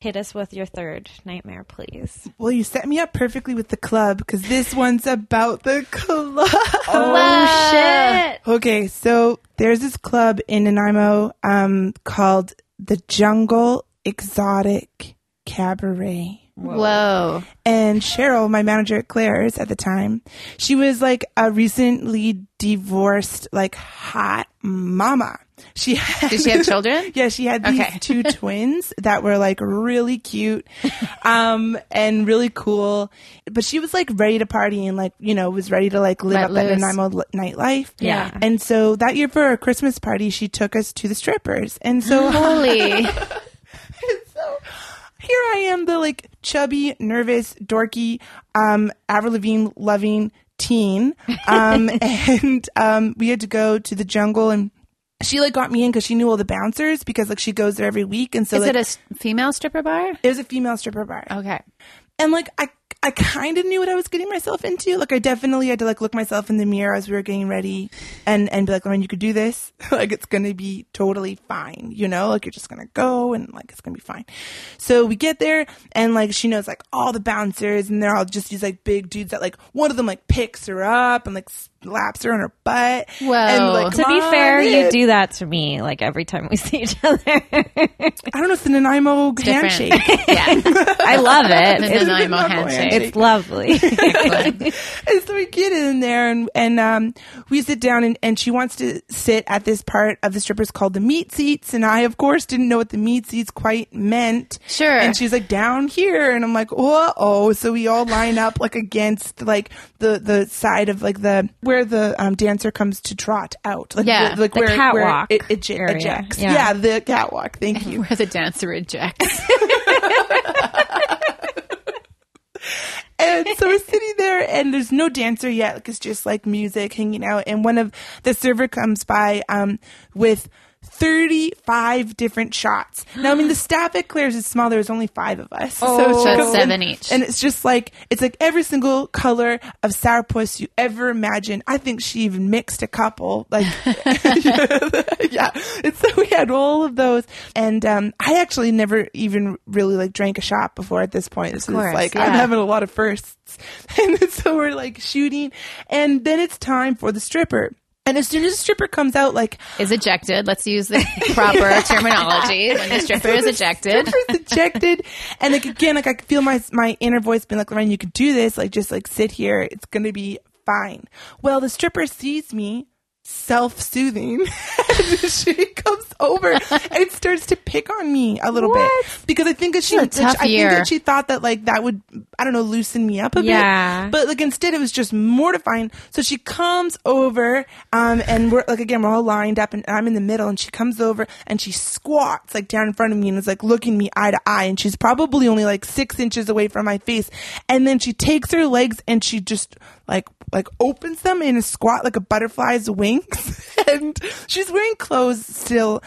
[SPEAKER 1] hit us with your third nightmare, please.
[SPEAKER 3] well, you set me up perfectly with the club because this one's about the club.
[SPEAKER 1] Oh shit!
[SPEAKER 3] Okay, so there's this club in Nanaimo um, called the Jungle Exotic Cabaret.
[SPEAKER 2] Whoa.
[SPEAKER 3] And Cheryl, my manager at Claire's at the time, she was like a recently divorced, like hot mama. She had,
[SPEAKER 2] Did she have children?
[SPEAKER 3] yeah, she had these
[SPEAKER 2] Okay.
[SPEAKER 3] two twins that were like really cute, um, and really cool. But she was like ready to party and like, you know, was ready to like live
[SPEAKER 2] Let
[SPEAKER 3] up that
[SPEAKER 2] loose.
[SPEAKER 3] Nanaimo li- nightlife.
[SPEAKER 1] Yeah.
[SPEAKER 3] And so that year for our Christmas party, she took us to the strippers. And so
[SPEAKER 2] Holy.
[SPEAKER 3] here I am, the like chubby, nervous, dorky, um, Avril Lavigne loving teen. Um, and um, we had to go to the jungle and she like got me in because she knew all the bouncers because like she goes there every week. And so
[SPEAKER 2] Is
[SPEAKER 3] like,
[SPEAKER 2] it a s- female stripper bar?
[SPEAKER 3] it was a female stripper bar.
[SPEAKER 2] Okay.
[SPEAKER 3] And like I I kind of knew what I was getting myself into. Like I definitely had to like look myself in the mirror as we were getting ready and and be like, "Lauren, you could do this. like it's going to be totally fine, you know? Like you're just going to go and like it's going to be fine." So we get there and like she knows like all the bouncers and they're all just these like big dudes that like one of them like picks her up and like slaps her on her butt.
[SPEAKER 2] Whoa.
[SPEAKER 3] And, like,
[SPEAKER 1] To
[SPEAKER 3] "Come
[SPEAKER 1] be
[SPEAKER 3] on
[SPEAKER 1] fair, you
[SPEAKER 3] in."
[SPEAKER 1] do that to me like every time we see each other.
[SPEAKER 3] I don't know if the Nanaimo handshake.
[SPEAKER 2] yeah.
[SPEAKER 1] I love it.
[SPEAKER 2] The
[SPEAKER 1] It's,
[SPEAKER 2] Nanaimo handshake.
[SPEAKER 1] it's lovely.
[SPEAKER 3] and so we get in there and, and um, we sit down and, and she wants to sit at this part of the strippers called the meat seats and i of course didn't know what the meat seats quite meant
[SPEAKER 2] Sure.
[SPEAKER 3] and she's like down here and i'm like oh so we all line up like against like the the side of like the where the um, dancer comes to trot out like,
[SPEAKER 2] Yeah,
[SPEAKER 3] the, like
[SPEAKER 1] the
[SPEAKER 3] where,
[SPEAKER 1] catwalk
[SPEAKER 3] where it, it j-
[SPEAKER 1] area.
[SPEAKER 3] ejects
[SPEAKER 1] Yeah.
[SPEAKER 3] yeah the catwalk thank you
[SPEAKER 2] Where the dancer rejects.
[SPEAKER 3] And so we're sitting there, and there's no dancer yet. Like it's just like music hanging out. And one of the server comes by um, with 35 different shots. Now, I mean, the staff at Claire's is small. There was only five of us.
[SPEAKER 1] Oh.
[SPEAKER 3] she
[SPEAKER 1] That's
[SPEAKER 3] comes in,
[SPEAKER 2] seven each.
[SPEAKER 3] And it's just like it's like every single color of sourpuss you ever imagine. I think she even mixed a couple. Like, yeah. And so we had all of those. And um, I actually never even really like drank a shot before at this point. This
[SPEAKER 2] course,
[SPEAKER 3] is like
[SPEAKER 2] yeah.
[SPEAKER 3] I'm having a lot of firsts. And so we're like shooting, and then it's time for the stripper. And as soon as a stripper comes out, like
[SPEAKER 2] is ejected. Let's use the proper terminology when the stripper is ejected.
[SPEAKER 3] stripper's ejected, and like again, like I could feel my my inner voice being like, Lorraine, you could do this. Like just like sit here, it's gonna be fine. Well, the stripper sees me self soothing, and she comes over and starts to pick on me a little bit because I think that she,
[SPEAKER 2] It's a tough
[SPEAKER 3] I think
[SPEAKER 2] year.
[SPEAKER 3] that she thought that like that would I don't know loosen me up a
[SPEAKER 1] Yeah.
[SPEAKER 3] bit, but like instead it was just mortifying. So she comes over, um, and we're like again we're all lined up, and I'm in the middle, and she comes over and she squats like down in front of me and is like looking me eye to eye, and she's probably only like six inches away from my face, and then she takes her legs and she just like like opens them in a squat like a butterfly's wings, and she's wearing clothes still,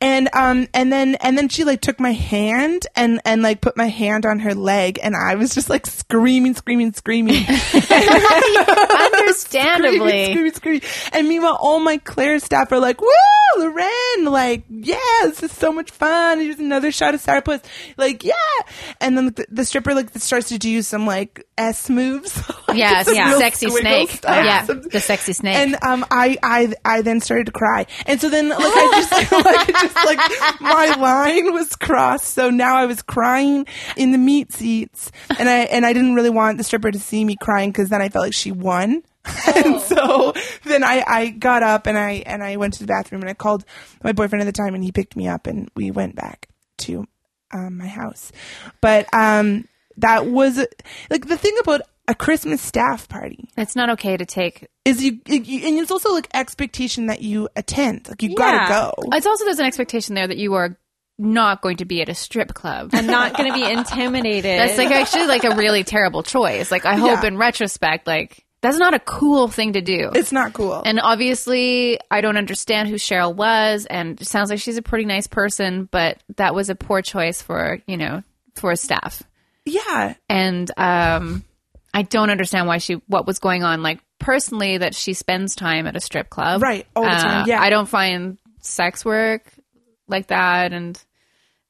[SPEAKER 3] and um and then and then she like took my hand and and like put my hand on her leg, and I was just like screaming, screaming, screaming.
[SPEAKER 2] Understandably.
[SPEAKER 3] Screaming, screaming, screaming. And meanwhile, all my Claire staff are like, woo, Loren, like, yeah, this is so much fun. Here's another shot of sourpuss. Like, yeah. And then the, the stripper, like, starts to do some, like, S moves. Like,
[SPEAKER 2] Yes,
[SPEAKER 3] some
[SPEAKER 2] yeah.
[SPEAKER 3] real
[SPEAKER 2] Sexy
[SPEAKER 3] squiggle
[SPEAKER 2] snake.
[SPEAKER 3] stuff.
[SPEAKER 2] Yeah,
[SPEAKER 3] Some-
[SPEAKER 2] the sexy snake.
[SPEAKER 3] And um, I, I, I then started to cry, and so then like I just like, I just like my line was crossed. So now I was crying in the meat seats, and I and I didn't really want the stripper to see me crying because then I felt like she won. And so then I, I got up and I and I went to the bathroom and I called my boyfriend at the time and he picked me up and we went back to um, my house. But um, that was like the thing about a Christmas staff party
[SPEAKER 2] It's not okay to take.
[SPEAKER 3] is you, you and it's also like expectation that you attend like you gotta go
[SPEAKER 2] It's also there's an expectation there that you are not going to be at a strip club.
[SPEAKER 1] I'm not going to be intimidated.
[SPEAKER 2] That's like actually like a really terrible choice. Like I hope
[SPEAKER 3] Yeah.
[SPEAKER 2] in retrospect, like that's not a cool thing to do.
[SPEAKER 3] it's not cool
[SPEAKER 2] and obviously, I don't understand who Cheryl was, and it sounds like she's a pretty nice person, but that was a poor choice for you know for staff.
[SPEAKER 3] yeah
[SPEAKER 2] and um, I don't understand why she what was going on. Like personally, that she spends time at a strip club, Uh,
[SPEAKER 3] Right, all the time, yeah.
[SPEAKER 2] I don't find sex work like that and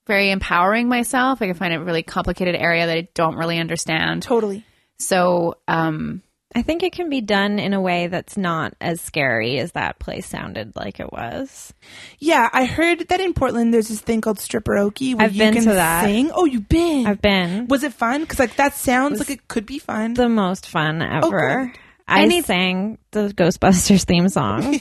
[SPEAKER 2] very empowering myself. I can find it a really complicated area that I don't really understand.
[SPEAKER 3] totally
[SPEAKER 2] So um,
[SPEAKER 1] I think it can be done in a way that's not as scary as that place sounded like it was.
[SPEAKER 3] yeah i heard that in portland there's this thing called stripperoki where
[SPEAKER 1] I've
[SPEAKER 3] you
[SPEAKER 1] been
[SPEAKER 3] can
[SPEAKER 1] to that.
[SPEAKER 3] sing oh you've been
[SPEAKER 1] I've been
[SPEAKER 3] was it fun because like that sounds like it could be fun
[SPEAKER 1] the most fun ever.
[SPEAKER 3] good.
[SPEAKER 1] I sang the Ghostbusters theme song.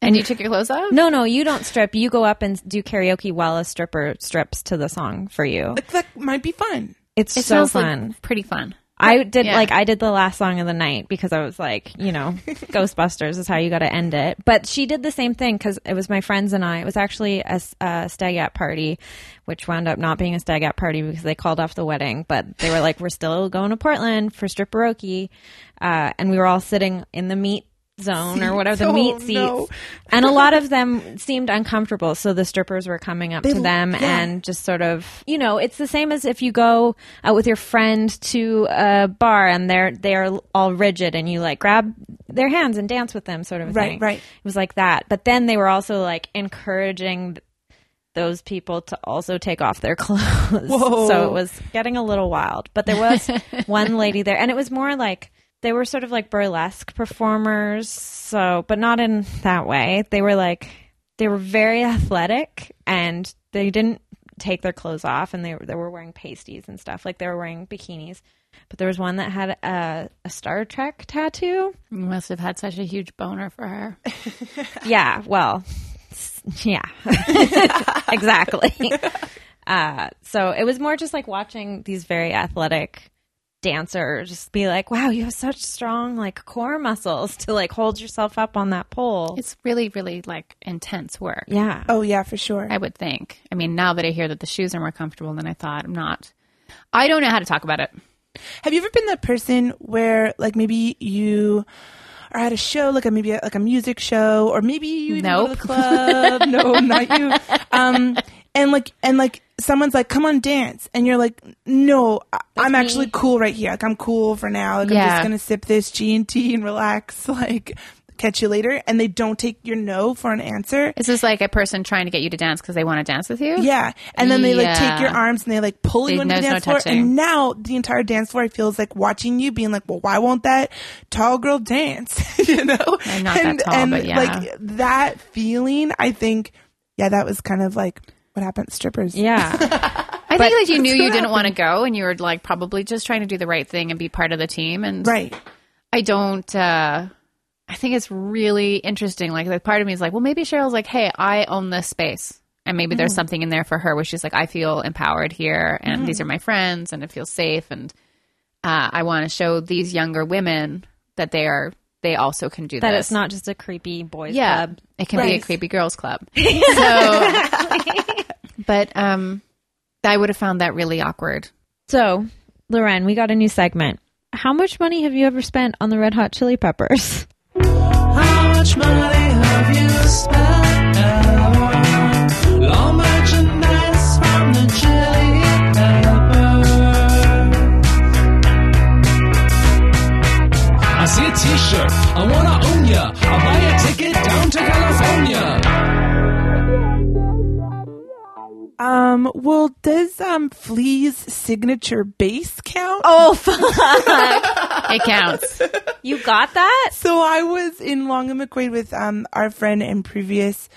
[SPEAKER 2] and you took your clothes off.
[SPEAKER 1] No, no, you don't strip. You go up and do karaoke while a stripper strips to the song for you.
[SPEAKER 3] like that might be fun
[SPEAKER 1] It's
[SPEAKER 2] It
[SPEAKER 1] so
[SPEAKER 2] sounds, like,
[SPEAKER 1] fun.
[SPEAKER 2] pretty fun.
[SPEAKER 1] I did
[SPEAKER 2] Yeah.
[SPEAKER 1] like I did the last song of the night because I was like, you know, Ghostbusters is how you got to end it. But she did the same thing because it was my friends and I. It was actually a, s- a stag at party, which wound up not being a stag at party because they called off the wedding. But they were like, we're still going to Portland for stripperoki, uh, and we were all sitting in the meat zone or whatever the
[SPEAKER 3] Oh,
[SPEAKER 1] meat seats,
[SPEAKER 3] no.
[SPEAKER 1] and a lot of them seemed uncomfortable. So the strippers were coming up to them
[SPEAKER 3] yeah.
[SPEAKER 1] and just sort of you know it's the same as if you go out with your friend to a bar and they're they're all rigid and you like grab their hands and dance with them sort of a
[SPEAKER 3] Right,
[SPEAKER 1] thing.
[SPEAKER 3] right.
[SPEAKER 1] it was like that but then they were also like encouraging th- those people to also take off their clothes
[SPEAKER 3] Whoa.
[SPEAKER 1] so it was getting a little wild but there was one lady there and it was more like they were sort of like burlesque performers so but not in that way they were like they were very athletic and they didn't take their clothes off and they, they were wearing pasties and stuff like they were wearing bikinis but there was one that had a, a star trek tattoo
[SPEAKER 2] You must have had such a huge boner for her.
[SPEAKER 1] yeah well s- yeah exactly uh, so it was more just like watching these very athletic dancers be like wow you have such strong like core muscles to like hold yourself up on that pole
[SPEAKER 2] It's really, really like intense work.
[SPEAKER 1] yeah
[SPEAKER 3] oh yeah for sure
[SPEAKER 2] I would think. I mean, now that I hear that the shoes are more comfortable than I thought, I'm not. I don't know how to talk about it.
[SPEAKER 3] Have you ever been that person where, like, maybe you are at a show, like a maybe a, like a music show, or maybe you even go to the
[SPEAKER 2] Nope.
[SPEAKER 3] club? no, not you. Um, and like, and like, someone's like, "Come on, dance," and you're like, "No, I- I'm actually cool right here. Like, I'm cool for now. Like, I'm
[SPEAKER 2] Yeah.
[SPEAKER 3] just gonna sip this G and T and relax." Like. catch you later, and they don't take your no for an answer.
[SPEAKER 2] Is this like a person trying to get you to dance because they want to dance with you?
[SPEAKER 3] Yeah, and then they like
[SPEAKER 2] Yeah.
[SPEAKER 3] take your arms and they like pull you
[SPEAKER 2] They-
[SPEAKER 3] into the
[SPEAKER 2] there's no
[SPEAKER 3] dance floor,
[SPEAKER 2] touching.
[SPEAKER 3] and now the entire dance floor feels like watching you, being like, "Well, why won't that tall girl dance?" you know,
[SPEAKER 2] I'm not that
[SPEAKER 3] and
[SPEAKER 2] tall,
[SPEAKER 3] and
[SPEAKER 2] but yeah.
[SPEAKER 3] like that feeling, I think, yeah, that was kind of like what happened to strippers.
[SPEAKER 1] Yeah.
[SPEAKER 2] I think like you knew you didn't want to go, and you were like probably just trying to do the right thing and be part of the team. And
[SPEAKER 3] right.
[SPEAKER 2] I don't. uh I think it's really interesting. Like, like part of me is like, well, maybe Cheryl's like, hey, I own this space, and maybe
[SPEAKER 1] Mm-hmm.
[SPEAKER 2] there's something in there for her where she's like, I feel empowered here, and these are my friends, and it feels safe, and uh, I want to show these younger women that they are they also can do
[SPEAKER 1] that
[SPEAKER 2] this.
[SPEAKER 1] it's not just a creepy boys
[SPEAKER 2] yeah,
[SPEAKER 1] club.
[SPEAKER 2] it can be a
[SPEAKER 3] Right.
[SPEAKER 2] creepy girls club. So, but um, I would have found that really awkward.
[SPEAKER 1] So, Loren, we got a new segment. How much money have you ever spent on the Red Hot Chili Peppers?
[SPEAKER 5] How much money have you spent? Law merchandise from the Chili Peppers. I see a T-shirt, I wanna own ya. I'll buy a ticket down to California.
[SPEAKER 3] Um. Well, does um Flea's signature bass count?
[SPEAKER 1] Oh, fuck.
[SPEAKER 2] It counts.
[SPEAKER 1] you got that?
[SPEAKER 3] So I was in Long and McQuaid with um our friend and previous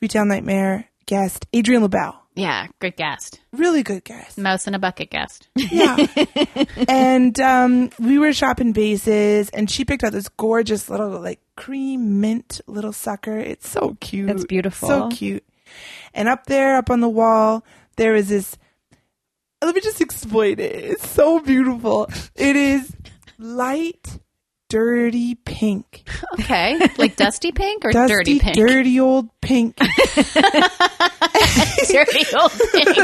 [SPEAKER 3] Retail Nightmare guest Adrian LaBelle.
[SPEAKER 2] yeah, good guest.
[SPEAKER 3] Really good guest.
[SPEAKER 2] Mouse in a bucket guest.
[SPEAKER 3] Yeah. and um, we were shopping bases, and she picked out this gorgeous little, like, cream mint little sucker. It's so cute.
[SPEAKER 1] It's beautiful.
[SPEAKER 3] So cute. And up there, up on the wall, there is this. Let me just explain it. It's so beautiful. It is light, dirty pink.
[SPEAKER 2] Okay, like dusty pink or
[SPEAKER 3] Dusty,
[SPEAKER 2] dirty pink?
[SPEAKER 3] dirty old pink.
[SPEAKER 2] dirty old pink.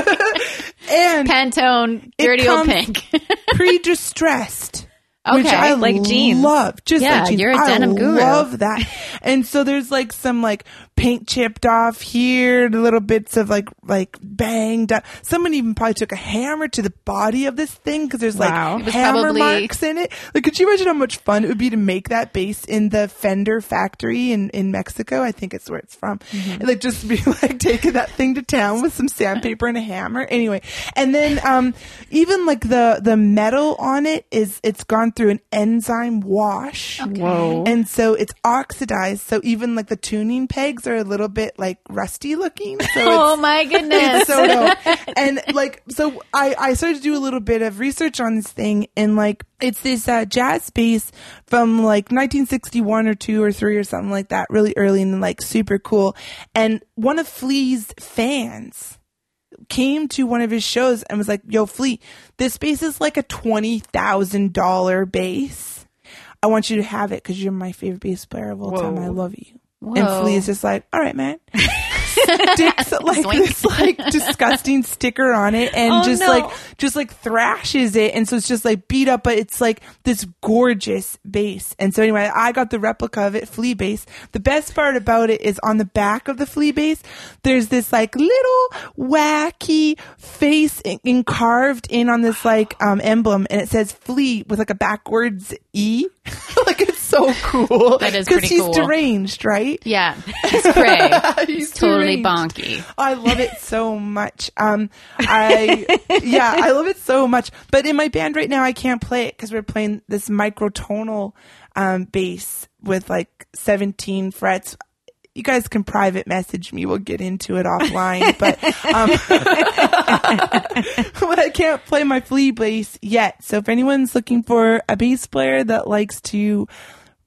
[SPEAKER 3] And
[SPEAKER 2] Pantone,
[SPEAKER 3] It
[SPEAKER 2] dirty old
[SPEAKER 3] comes-
[SPEAKER 2] pink.
[SPEAKER 3] pre-distressed. Which
[SPEAKER 2] Okay,
[SPEAKER 3] I
[SPEAKER 1] like jeans.
[SPEAKER 3] Love just
[SPEAKER 2] Yeah,
[SPEAKER 3] like jeans.
[SPEAKER 2] you're a
[SPEAKER 3] I
[SPEAKER 2] denim guru.
[SPEAKER 3] Love that. And so there's like some like paint chipped off here, little bits of like like banged up. Someone even probably took a hammer to the body of this thing because there's like
[SPEAKER 1] Wow. It
[SPEAKER 2] was
[SPEAKER 3] hammer
[SPEAKER 2] probably-
[SPEAKER 3] marks in it. Like, could you imagine how much fun it would be to make that base in the Fender factory in in Mexico? I think it's where it's from. And like just be like taking that thing to town with some sandpaper and a hammer. Anyway, and then um even like the the metal on it is it's gone through an enzyme
[SPEAKER 2] Oh.
[SPEAKER 3] wash.
[SPEAKER 1] Whoa.
[SPEAKER 3] And so it's oxidized, so even like the tuning pegs are a little bit like rusty looking. So
[SPEAKER 2] oh
[SPEAKER 3] it's,
[SPEAKER 2] my
[SPEAKER 3] and
[SPEAKER 2] goodness.
[SPEAKER 3] so no. and like so I, I started to do a little bit of research on this thing and like it's this uh, jazz bass from like 1961 or 2 or 3 or something like that really early and like super cool and one of flea's fans came to one of his shows and was like yo flea this bass is like a $20000 bass i want you to have it because you're my favorite bass player of all time i love you and Flea is just like, all right, man. Sticks like this like disgusting sticker on it and
[SPEAKER 1] Oh,
[SPEAKER 3] just
[SPEAKER 1] no.
[SPEAKER 3] like just like thrashes it and so it's just like beat up but it's like this gorgeous bass. And so anyway, I got the replica of it, flea bass. The best part about it is on the back of the flea bass, there's this like little wacky face in- in carved in on this like um emblem and it says flea with like a backwards E. like it's so cool.
[SPEAKER 2] That is
[SPEAKER 3] Because
[SPEAKER 2] pretty
[SPEAKER 3] he's
[SPEAKER 2] cool.
[SPEAKER 3] deranged, right?
[SPEAKER 2] yeah, he's cray.
[SPEAKER 3] He's
[SPEAKER 2] totally
[SPEAKER 3] deranged.
[SPEAKER 2] bonky.
[SPEAKER 3] I love it so much. Um, I yeah, I love it so much. But in my band right now, I can't play it because we're playing this microtonal um, bass with like 17 frets. You guys can private message me. We'll get into it offline. But um, but I can't play my flea bass yet. So if anyone's looking for a bass player that likes to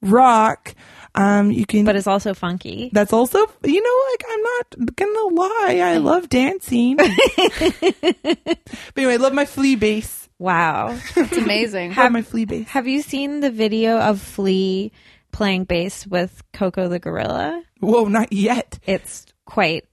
[SPEAKER 3] rock, um, you can.
[SPEAKER 1] But it's also funky.
[SPEAKER 3] That's also, you know, like I'm not gonna lie, I
[SPEAKER 1] Mm.
[SPEAKER 3] love dancing. but anyway, I love my flea bass.
[SPEAKER 1] Wow.
[SPEAKER 2] It's amazing.
[SPEAKER 3] Have my flea bass.
[SPEAKER 1] Have you seen the video of Flea playing bass with Coco the gorilla?
[SPEAKER 3] Whoa, not yet.
[SPEAKER 1] It's quite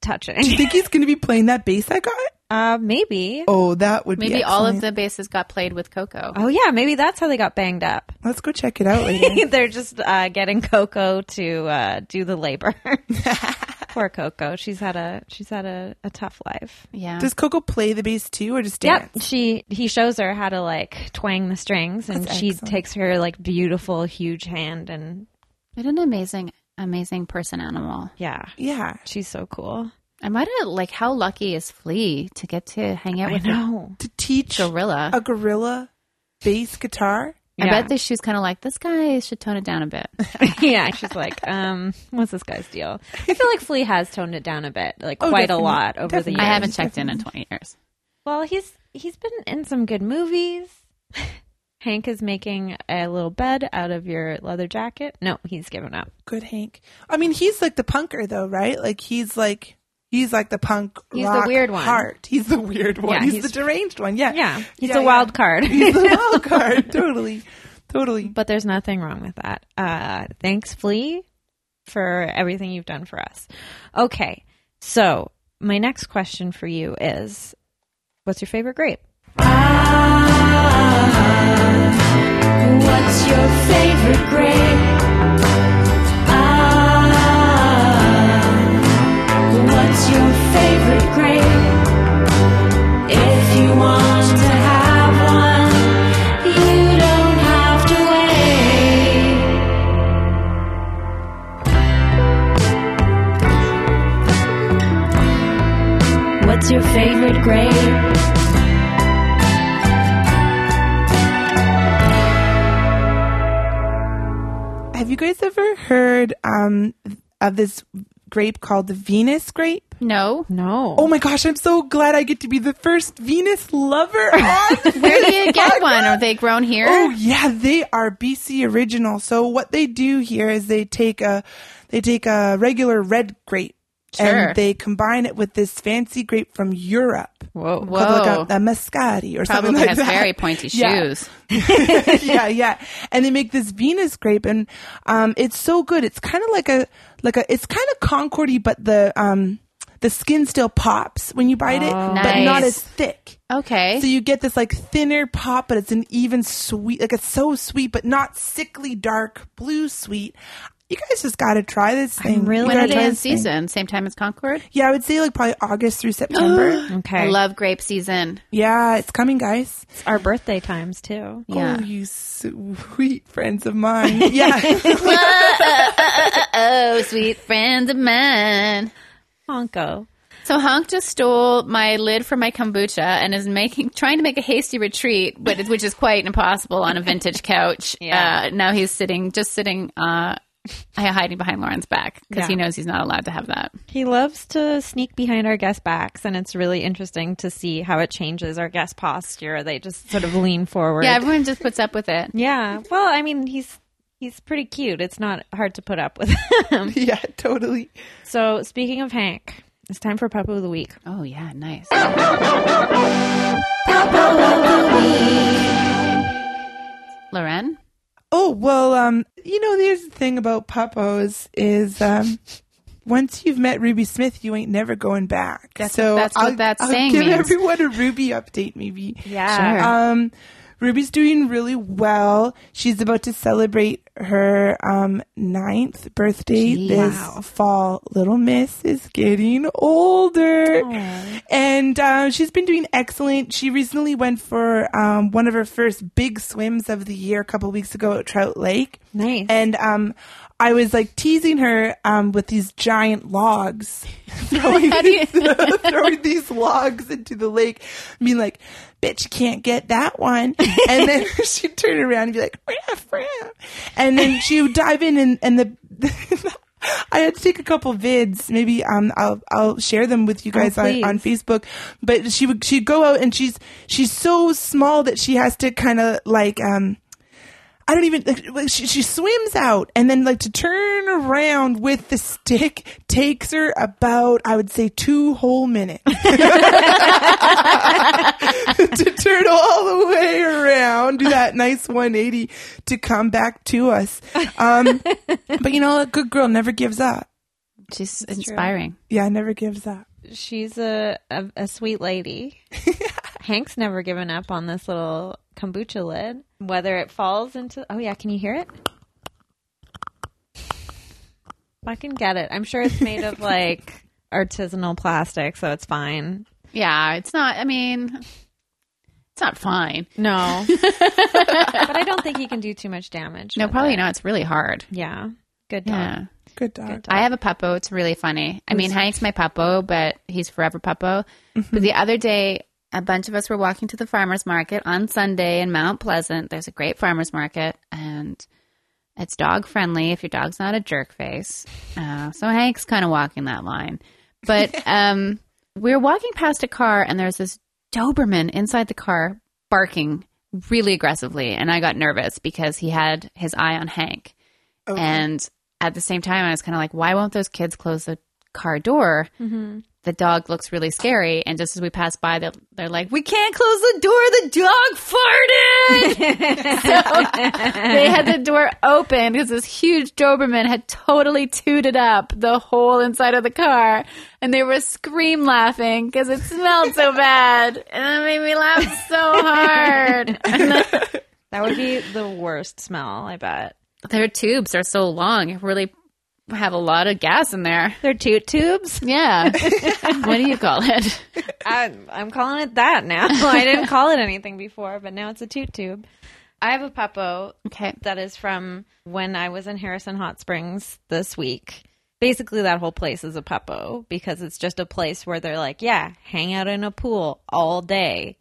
[SPEAKER 3] Do you
[SPEAKER 1] touching.
[SPEAKER 3] think he's gonna be playing that bass I got?
[SPEAKER 1] Uh, maybe.
[SPEAKER 3] Oh, that would be
[SPEAKER 2] Maybe all of
[SPEAKER 3] excellent.
[SPEAKER 2] the bases got played with Coco.
[SPEAKER 3] Uh,
[SPEAKER 1] Oh yeah, maybe that's how they got banged up.
[SPEAKER 3] Let's go check it out later.
[SPEAKER 1] They're just uh, getting Coco to uh, do the labor. Poor Coco. She's had a she's had a, a tough life.
[SPEAKER 2] Yeah.
[SPEAKER 3] Does Coco play the bass too, or just
[SPEAKER 1] Yep.
[SPEAKER 3] dance?
[SPEAKER 1] She he shows her how to like twang the strings, and
[SPEAKER 3] That's
[SPEAKER 1] she
[SPEAKER 3] excellent.
[SPEAKER 1] takes her like beautiful huge hand and
[SPEAKER 4] What an amazing, amazing person animal.
[SPEAKER 1] Yeah.
[SPEAKER 3] Yeah.
[SPEAKER 1] She's so cool.
[SPEAKER 4] I might have, like, how lucky is Flea to get to hang out
[SPEAKER 1] I
[SPEAKER 4] with a
[SPEAKER 1] know.
[SPEAKER 3] To teach
[SPEAKER 4] gorilla?
[SPEAKER 3] a gorilla bass guitar.
[SPEAKER 4] I
[SPEAKER 1] Yeah.
[SPEAKER 4] bet that she was kind of like, this guy should tone it down a bit.
[SPEAKER 1] yeah, she's like, um, what's this guy's deal? I feel like Flea has toned it down a bit, like
[SPEAKER 3] Oh,
[SPEAKER 1] quite
[SPEAKER 3] definitely.
[SPEAKER 1] a lot over the
[SPEAKER 3] Definitely.
[SPEAKER 1] years.
[SPEAKER 4] I haven't checked in in 20 years.
[SPEAKER 1] Well, he's he's been in some good movies. Hank is making a little bed out of your leather jacket. No, he's given up.
[SPEAKER 3] Good Hank. I mean, he's like the punker though, right? Like he's like he's like the punk.
[SPEAKER 1] He's the
[SPEAKER 3] rock
[SPEAKER 1] weird one.
[SPEAKER 3] Heart. He's the weird one.
[SPEAKER 1] Yeah,
[SPEAKER 3] he's,
[SPEAKER 1] he's-
[SPEAKER 3] the deranged one. Yeah.
[SPEAKER 1] Yeah, he's
[SPEAKER 3] Yeah,
[SPEAKER 1] a wild
[SPEAKER 3] yeah.
[SPEAKER 1] card.
[SPEAKER 3] He's the wild card. Totally. Totally.
[SPEAKER 1] but there's nothing wrong with that. Uh, thanks, Flea, for everything you've done for us. Okay, so my next question for you is, what's your favorite grape?
[SPEAKER 5] What's your favorite grape? Ah, what's your favorite grape? If you want to have one, you don't have to wait. What's your favorite grape?
[SPEAKER 3] Have you guys ever heard um of this grape called the Venus grape?
[SPEAKER 4] No.
[SPEAKER 1] No.
[SPEAKER 3] Oh my gosh, I'm so glad I get to be the first Venus lover on
[SPEAKER 4] Where do you get one? Are they grown here?
[SPEAKER 3] Oh yeah, they are BC original. So what they do here is they take a they take a regular red grape
[SPEAKER 4] Sure.
[SPEAKER 3] and they combine it with this fancy grape from Europe.
[SPEAKER 1] Whoa.
[SPEAKER 4] Whoa.
[SPEAKER 3] Called like a, a Mascati or
[SPEAKER 4] Probably
[SPEAKER 3] something like
[SPEAKER 4] has
[SPEAKER 3] that.
[SPEAKER 4] very pointy
[SPEAKER 3] Yeah.
[SPEAKER 4] shoes.
[SPEAKER 3] yeah, yeah. And they make this Venus grape, and um, it's so good. It's kind of like a like a. It's kind of Concordy, but the um, the skin still pops when you bite it, but not
[SPEAKER 4] Oh, Nice.
[SPEAKER 3] as thick.
[SPEAKER 4] Okay.
[SPEAKER 3] So you get this like thinner pop, but it's an even sweet, like it's so sweet, but not sickly dark blue sweet. You guys just gotta try this thing.
[SPEAKER 1] really-
[SPEAKER 3] You
[SPEAKER 4] when
[SPEAKER 3] gotta
[SPEAKER 4] are
[SPEAKER 3] try
[SPEAKER 4] they in
[SPEAKER 3] this thing.
[SPEAKER 4] season? Same time as Concord?
[SPEAKER 3] Yeah, I would say like probably August through September.
[SPEAKER 1] Okay.
[SPEAKER 4] I love grape season.
[SPEAKER 3] yeah, it's coming, guys.
[SPEAKER 1] It's our birthday times too.
[SPEAKER 4] Yeah.
[SPEAKER 3] Oh, you sweet friends of mine. Yeah.
[SPEAKER 4] Oh, sweet friends of mine.
[SPEAKER 1] Honko.
[SPEAKER 4] So Honk just stole my lid from my kombucha and is making trying to make a hasty retreat, but which is quite impossible on a vintage couch.
[SPEAKER 1] Yeah.
[SPEAKER 4] Uh, now he's sitting, just sitting, uh, hiding behind Lauren's back because he
[SPEAKER 1] Yeah.
[SPEAKER 4] knows he's not allowed to have that.
[SPEAKER 1] He loves to sneak behind our guest backs, and it's really interesting to see how it changes our guest posture. They just sort of lean forward.
[SPEAKER 4] Yeah, everyone just puts up with it.
[SPEAKER 1] Yeah. Well, I mean, he's he's pretty cute. It's not hard to put up with him.
[SPEAKER 3] yeah, totally.
[SPEAKER 1] so, speaking of Hank, it's time for Puppo of the Week.
[SPEAKER 4] Oh yeah, nice. Loren,
[SPEAKER 3] Oh well, um, you know, there's the thing about puppos is um, once you've met Ruby Smith, you ain't never going back.
[SPEAKER 4] That's-
[SPEAKER 3] so
[SPEAKER 4] that's what
[SPEAKER 3] I'll,
[SPEAKER 4] that
[SPEAKER 3] I'll
[SPEAKER 4] saying
[SPEAKER 3] give
[SPEAKER 4] means.
[SPEAKER 3] everyone a Ruby update, maybe.
[SPEAKER 1] Yeah.
[SPEAKER 3] Um, Ruby's doing really well. She's about to celebrate her um, ninth birthday this fall. Little Miss is getting older, and uh, she's been doing excellent. She recently went for um, one of her first big swims of the year a couple weeks ago at Trout Lake.
[SPEAKER 1] Nice.
[SPEAKER 3] And um, I was like teasing her um, with these giant logs, throwing, throwing these logs into the lake, being like, "Bitch, you can't get that one." And then she'd turn around and be like, "Raff, raff." and then she would dive in, and, and the. I had to take a couple vids. Maybe um, I'll I'll share them with you guys on,
[SPEAKER 1] please.
[SPEAKER 3] on Facebook. But she would she'd go out and she's she's so small that she has to kind of like um I don't even like, like, she, she swims out and then like to turn around with the stick takes her about I would say two whole minutes to turn all the way around do that nice 180 to come back to us um but you know a good girl never gives up
[SPEAKER 4] she's inspiring.
[SPEAKER 3] yeah never gives up
[SPEAKER 1] She's a, a, a sweet lady. Hank's never given up on this little kombucha lid. Whether it falls into. Oh, yeah. Can you hear it? I can get it. I'm sure it's made of like artisanal plastic, so it's fine.
[SPEAKER 4] Yeah, it's not. I mean, it's not fine.
[SPEAKER 1] No. but I don't think he can do too much damage.
[SPEAKER 4] No,
[SPEAKER 1] with
[SPEAKER 4] probably
[SPEAKER 1] it.
[SPEAKER 4] not. It's really hard.
[SPEAKER 1] Yeah. Good dog.
[SPEAKER 2] Yeah.
[SPEAKER 3] Good dog.
[SPEAKER 2] I have a puppo. It's really funny. I mean, Hank's my puppo, but he's forever puppo. But the other day, a bunch of us were walking to the farmer's market on Sunday in Mount Pleasant. There's a great farmer's market, and it's dog friendly if your dog's not a jerk face. Uh, so Hank's kind of walking that line. But um, we were walking past a car, and there's this Doberman inside the car barking really aggressively. And I got nervous because he had his eye on Hank. And at the same time, I was kind of like, why won't those kids close the car door? The dog looks really scary. And just as we pass by, they're, they're like, we can't close the door. The dog farted.
[SPEAKER 6] So they had the door open because this huge Doberman had totally tooted up the whole inside of the car, and they were scream laughing because it smelled so bad, and it made me laugh so hard. And then-
[SPEAKER 1] That would be the worst smell, I bet.
[SPEAKER 2] Their tubes are so long. It really have a lot of gas in there.
[SPEAKER 1] They're toot tubes.
[SPEAKER 2] Yeah. what do you call it?
[SPEAKER 1] I'm, I'm calling it that now. I didn't call it anything before, but now it's a toot tube. I have a puppo
[SPEAKER 2] Okay.
[SPEAKER 1] that is from when I was in Harrison Hot Springs this week. Basically, that whole place is a puppo because it's just a place where they're like, yeah, hang out in a pool all day.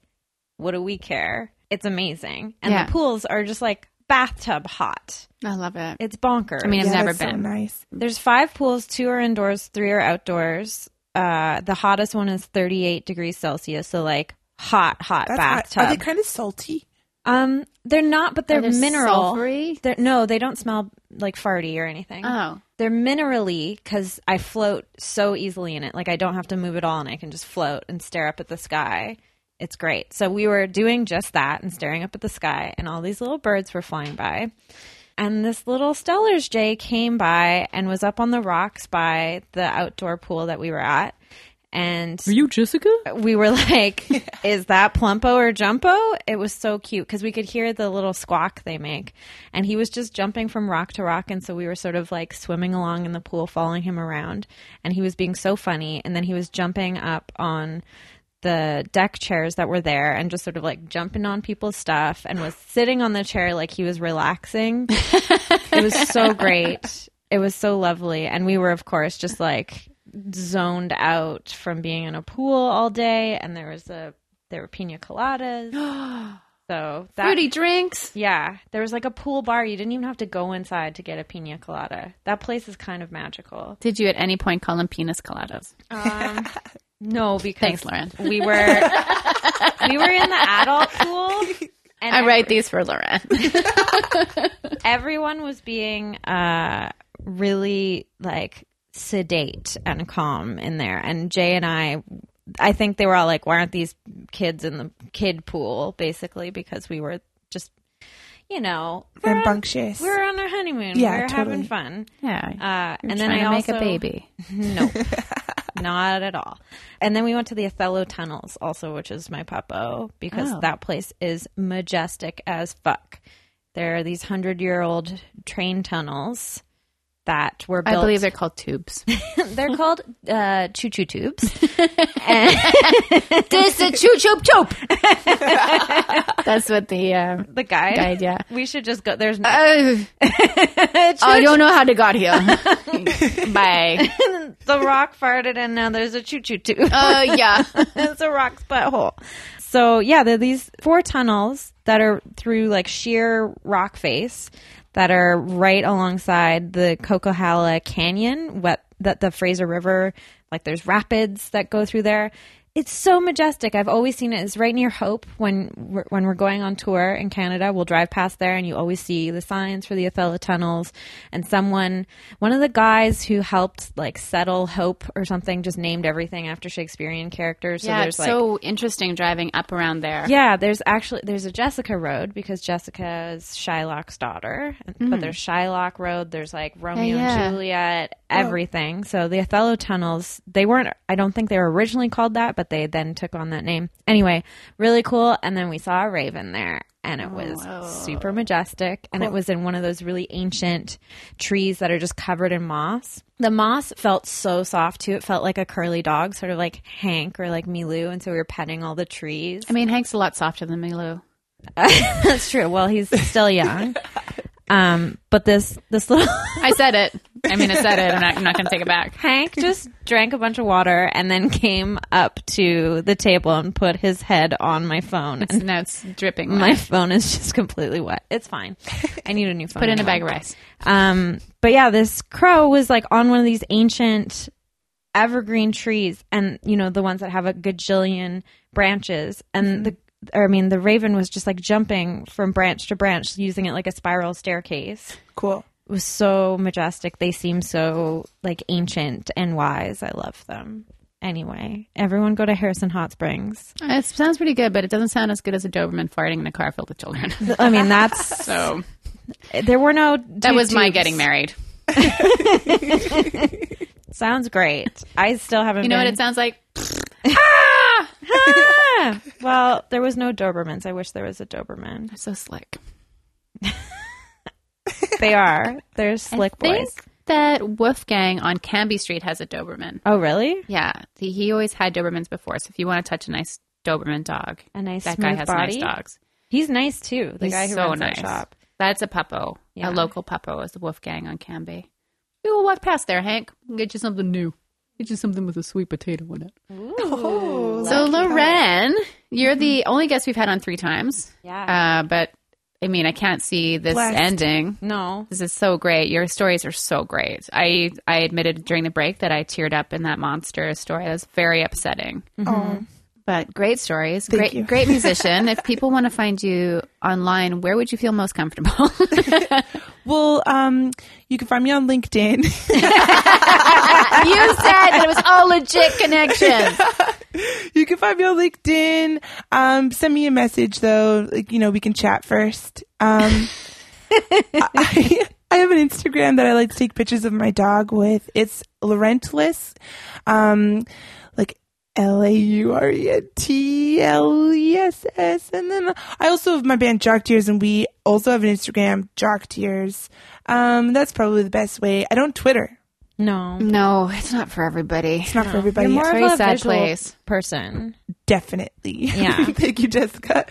[SPEAKER 1] What do we care? It's amazing. And
[SPEAKER 2] Yeah.
[SPEAKER 1] the pools are just like bathtub hot.
[SPEAKER 2] I love it.
[SPEAKER 1] It's bonkers.
[SPEAKER 2] I mean, I've
[SPEAKER 3] Yeah,
[SPEAKER 2] never
[SPEAKER 3] that's so
[SPEAKER 2] been.
[SPEAKER 3] nice.
[SPEAKER 1] There's five pools. Two are indoors, three are outdoors. Uh, the hottest one is 38 degrees Celsius, so like hot, hot
[SPEAKER 3] That's hot.
[SPEAKER 1] bathtub.
[SPEAKER 3] Are they kind of salty?
[SPEAKER 1] um, they're not, but they're
[SPEAKER 2] Are they
[SPEAKER 1] mineral.
[SPEAKER 2] sulfury?
[SPEAKER 1] They're, no, they don't smell like farty or anything.
[SPEAKER 2] Oh.
[SPEAKER 1] They're minerally because I float so easily in it. Like I don't have to move at all, and I can just float and stare up at the sky. It's great. So we were doing just that and staring up at the sky, and all these little birds were flying by. And this little Stellar's Jay came by and was up on the rocks by the outdoor pool that we were at. And
[SPEAKER 7] you Jessica?
[SPEAKER 1] we were like, is that Plumpo or Jumpo? It was so cute because we could hear the little squawk they make. And he was just jumping from rock to rock. And so we were sort of like swimming along in the pool, following him around. And he was being so funny. And then he was jumping up on the deck chairs that were there and just sort of like jumping on people's stuff and was sitting on the chair like he was relaxing. it was so great. It was so lovely. And we were, of course, just like zoned out from being in a pool all day. And there was a, there were pina coladas. So that,
[SPEAKER 2] Fruity drinks.
[SPEAKER 1] yeah, there was like a pool bar. You didn't even have to go inside to get a pina colada. That place is kind of magical.
[SPEAKER 2] Did you at any point call them penis coladas?
[SPEAKER 1] Um, no, because
[SPEAKER 2] Thanks, Lauren.
[SPEAKER 1] we were, we were in the adult pool. And
[SPEAKER 2] I write these for Lauren.
[SPEAKER 1] everyone was being uh really like sedate and calm in there and jay and i i think they were all like why aren't these kids in the kid pool basically because we were just you know we were on,
[SPEAKER 3] Rambunctious.
[SPEAKER 1] we were on our honeymoon
[SPEAKER 3] Yeah,
[SPEAKER 1] we were having fun
[SPEAKER 3] totally.
[SPEAKER 2] yeah.
[SPEAKER 1] uh and then
[SPEAKER 2] trying
[SPEAKER 1] i
[SPEAKER 2] to make
[SPEAKER 1] also
[SPEAKER 2] a baby.
[SPEAKER 1] no not at all and then we went to the othello tunnels also which is my puppo because
[SPEAKER 2] Oh.
[SPEAKER 1] that place is majestic as fuck there are these hundred year old train tunnels that were
[SPEAKER 2] I
[SPEAKER 1] built
[SPEAKER 2] believe they're called tubes.
[SPEAKER 1] they're called uh, choo-choo tubes
[SPEAKER 2] This a choo choo tube. That's what the uh,
[SPEAKER 1] the guide,
[SPEAKER 2] Guide, yeah.
[SPEAKER 1] we should just go there's no
[SPEAKER 2] I don't Oh, know how they got here. Bye.
[SPEAKER 1] the rock farted and now there's a choo-choo tube
[SPEAKER 2] Oh yeah.
[SPEAKER 1] it's a rock's butthole. So yeah, there are these four tunnels that are through like sheer rock face that are right alongside the Coquihalla Canyon, what that the Fraser River, like there's rapids that go through there. It's so majestic. I've always seen it. It's right near Hope when we're, when we're going on tour in Canada. We'll drive past there, and you always see the signs for the Othello tunnels. And someone, one of the guys who helped like settle Hope or something, just named everything after Shakespearean characters. So
[SPEAKER 2] yeah,
[SPEAKER 1] there's
[SPEAKER 2] it's
[SPEAKER 1] like
[SPEAKER 2] so interesting driving up around there.
[SPEAKER 1] yeah, there's actually there's a Jessica Road because Jessica is Shylock's daughter, but there's Shylock Road. There's like Romeo
[SPEAKER 2] Mm. yeah.
[SPEAKER 1] and Juliet, everything. So the Othello tunnels, they weren't. I don't think they were originally called that, but they then took on that name. Anyway, really cool. And then we saw a raven there, and it was super majestic. And it was in one of those really ancient trees that are just covered in moss. The moss felt so soft too. It felt like a curly dog, sort of like Hank or like Milou. And so we were petting all the trees.
[SPEAKER 2] I mean, Hank's a lot softer than Milou.
[SPEAKER 1] That's true. Well, he's still young. Um, but this this little
[SPEAKER 2] I said it. I mean, I said it. I'm not, I'm not going to take it back.
[SPEAKER 1] Hank just drank a bunch of water and then came up to the table and put his head on my phone. And
[SPEAKER 2] Now it's dripping.
[SPEAKER 1] my phone is just completely wet. It's fine. I need a new phone.
[SPEAKER 2] Put in a
[SPEAKER 1] anyway.
[SPEAKER 2] bag of rice.
[SPEAKER 1] Um, but yeah, this crow was like on one of these ancient evergreen trees, and you know the ones that have a gajillion branches,
[SPEAKER 2] Mm-hmm.
[SPEAKER 1] and the or, I mean the raven was just like jumping from branch to branch, using it like a spiral staircase.
[SPEAKER 3] Cool.
[SPEAKER 1] It was so majestic. They seem so like ancient and wise. I love them. Anyway, everyone go to Harrison Hot Springs.
[SPEAKER 2] It sounds pretty good, but it doesn't sound as good as a Doberman farting in a car filled with children.
[SPEAKER 1] I mean, that's
[SPEAKER 2] So
[SPEAKER 1] there were no.
[SPEAKER 2] that was my
[SPEAKER 1] tubes.
[SPEAKER 2] getting married.
[SPEAKER 1] Sounds great. I still haven't.
[SPEAKER 2] You know what
[SPEAKER 1] been-
[SPEAKER 2] it sounds like?
[SPEAKER 1] Ah! well, there was no Dobermans. I wish there was a Doberman.
[SPEAKER 2] So slick.
[SPEAKER 1] They are. They're slick
[SPEAKER 2] I
[SPEAKER 1] boys.
[SPEAKER 2] think that Wolfgang on Canby Street has a Doberman.
[SPEAKER 1] Oh, really?
[SPEAKER 2] Yeah, he, he always had Dobermans before. So if you want to touch a nice Doberman dog,
[SPEAKER 1] A nice
[SPEAKER 2] that
[SPEAKER 1] smooth
[SPEAKER 2] guy has
[SPEAKER 1] body.
[SPEAKER 2] nice dogs.
[SPEAKER 1] He's nice too. The
[SPEAKER 2] He's
[SPEAKER 1] guy who
[SPEAKER 2] so
[SPEAKER 1] runs
[SPEAKER 2] nice.
[SPEAKER 1] that shop.
[SPEAKER 2] That's a puppo.
[SPEAKER 1] Yeah.
[SPEAKER 2] A local puppo is the Wolfgang on Canby. We will walk past there, Hank. Get you something new. Get you something with a sweet potato in it.
[SPEAKER 3] Oh,
[SPEAKER 2] So Loren, you're the only guest we've had on three times.
[SPEAKER 1] Yeah.
[SPEAKER 2] Uh, but I mean, I can't see this
[SPEAKER 3] Blessed.
[SPEAKER 2] ending.
[SPEAKER 1] No.
[SPEAKER 2] This is so great. Your stories are so great. I I admitted during the break that I teared up in that monster story. That was very upsetting.
[SPEAKER 3] Aw.
[SPEAKER 2] But great stories. great
[SPEAKER 3] you.
[SPEAKER 2] great musician. if people want to find you online, where would you feel most comfortable?
[SPEAKER 3] Well, um, you can find me on LinkedIn.
[SPEAKER 2] you said that it was all legit connections.
[SPEAKER 3] you can find me on LinkedIn. Um, send me a message though. Like, you know, we can chat first. Um, I, I have an Instagram that I like to take pictures of my dog with. It's Laurentless. Um, like L A U R E N T L E S S. And then I also have my band Jock Tears, and we also have an Instagram, Jock Tears. Um, that's probably the best way. I don't Twitter.
[SPEAKER 1] No.
[SPEAKER 2] No, it's not for everybody.
[SPEAKER 3] It's not for everybody.
[SPEAKER 1] Oh, You're more
[SPEAKER 3] yet.
[SPEAKER 1] of
[SPEAKER 2] very
[SPEAKER 1] a
[SPEAKER 2] sad
[SPEAKER 1] visual
[SPEAKER 2] place.
[SPEAKER 1] person.
[SPEAKER 3] Definitely.
[SPEAKER 1] Yeah.
[SPEAKER 3] Thank you, Jessica.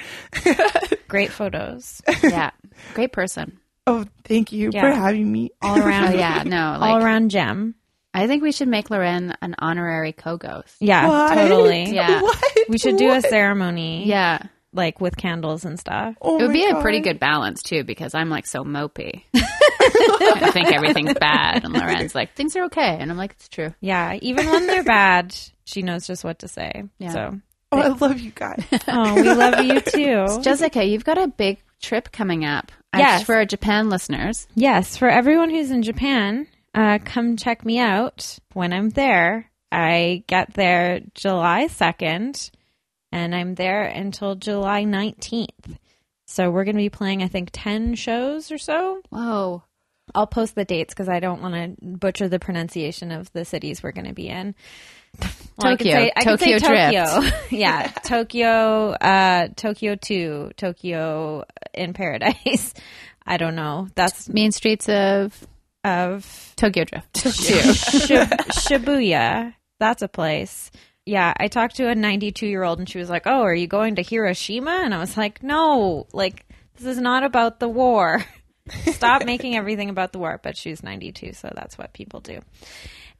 [SPEAKER 1] Great photos
[SPEAKER 2] Yeah. Great person.
[SPEAKER 3] Oh, thank you for
[SPEAKER 1] Yeah.
[SPEAKER 3] having me.
[SPEAKER 1] all around.
[SPEAKER 2] Oh yeah, no, like
[SPEAKER 1] all around gem.
[SPEAKER 2] I think we should make Loren an honorary co-ghost.
[SPEAKER 1] Yeah,
[SPEAKER 3] What?
[SPEAKER 1] totally.
[SPEAKER 2] Yeah.
[SPEAKER 3] What?
[SPEAKER 1] We should do a
[SPEAKER 3] What?
[SPEAKER 1] ceremony.
[SPEAKER 2] Yeah.
[SPEAKER 1] like with candles and stuff.
[SPEAKER 3] Oh
[SPEAKER 2] It would
[SPEAKER 3] my
[SPEAKER 2] be a
[SPEAKER 3] God.
[SPEAKER 2] pretty good balance too, because I'm like so mopey. I think everything's bad, and Loren's like things are okay, and I'm like it's true.
[SPEAKER 1] Yeah, even when they're bad, she knows just what to say.
[SPEAKER 2] Yeah.
[SPEAKER 1] So,
[SPEAKER 3] Oh, I love you guys.
[SPEAKER 1] oh, we love you too.
[SPEAKER 2] Jessica, you've got a big trip coming up. And
[SPEAKER 1] Oh. Yes.
[SPEAKER 2] for our Japan listeners,
[SPEAKER 1] Yes, for everyone who's in Japan, uh, come check me out when I'm there. I get there July 2nd, and I'm there until July 19th. So we're going to be playing, I think, 10 shows or so.
[SPEAKER 2] whoa,
[SPEAKER 1] I'll post the dates because I don't want to butcher the pronunciation of the cities we're going to be in. Well, I could
[SPEAKER 2] Tokyo.
[SPEAKER 1] say- I could say
[SPEAKER 2] Tokyo
[SPEAKER 1] Tokyo. yeah, Tokyo, uh, Tokyo 2, Tokyo in Paradise. I don't know. That's
[SPEAKER 2] mean streets of
[SPEAKER 1] of
[SPEAKER 2] Tokyo Drift.
[SPEAKER 1] Shib- Shibuya. That's a place. Yeah, I talked to a 92 year old and she was like, Oh, are you going to Hiroshima? And I was like, No, like, this is not about the war. Stop making everything about the war. But she's 92, so that's what people do.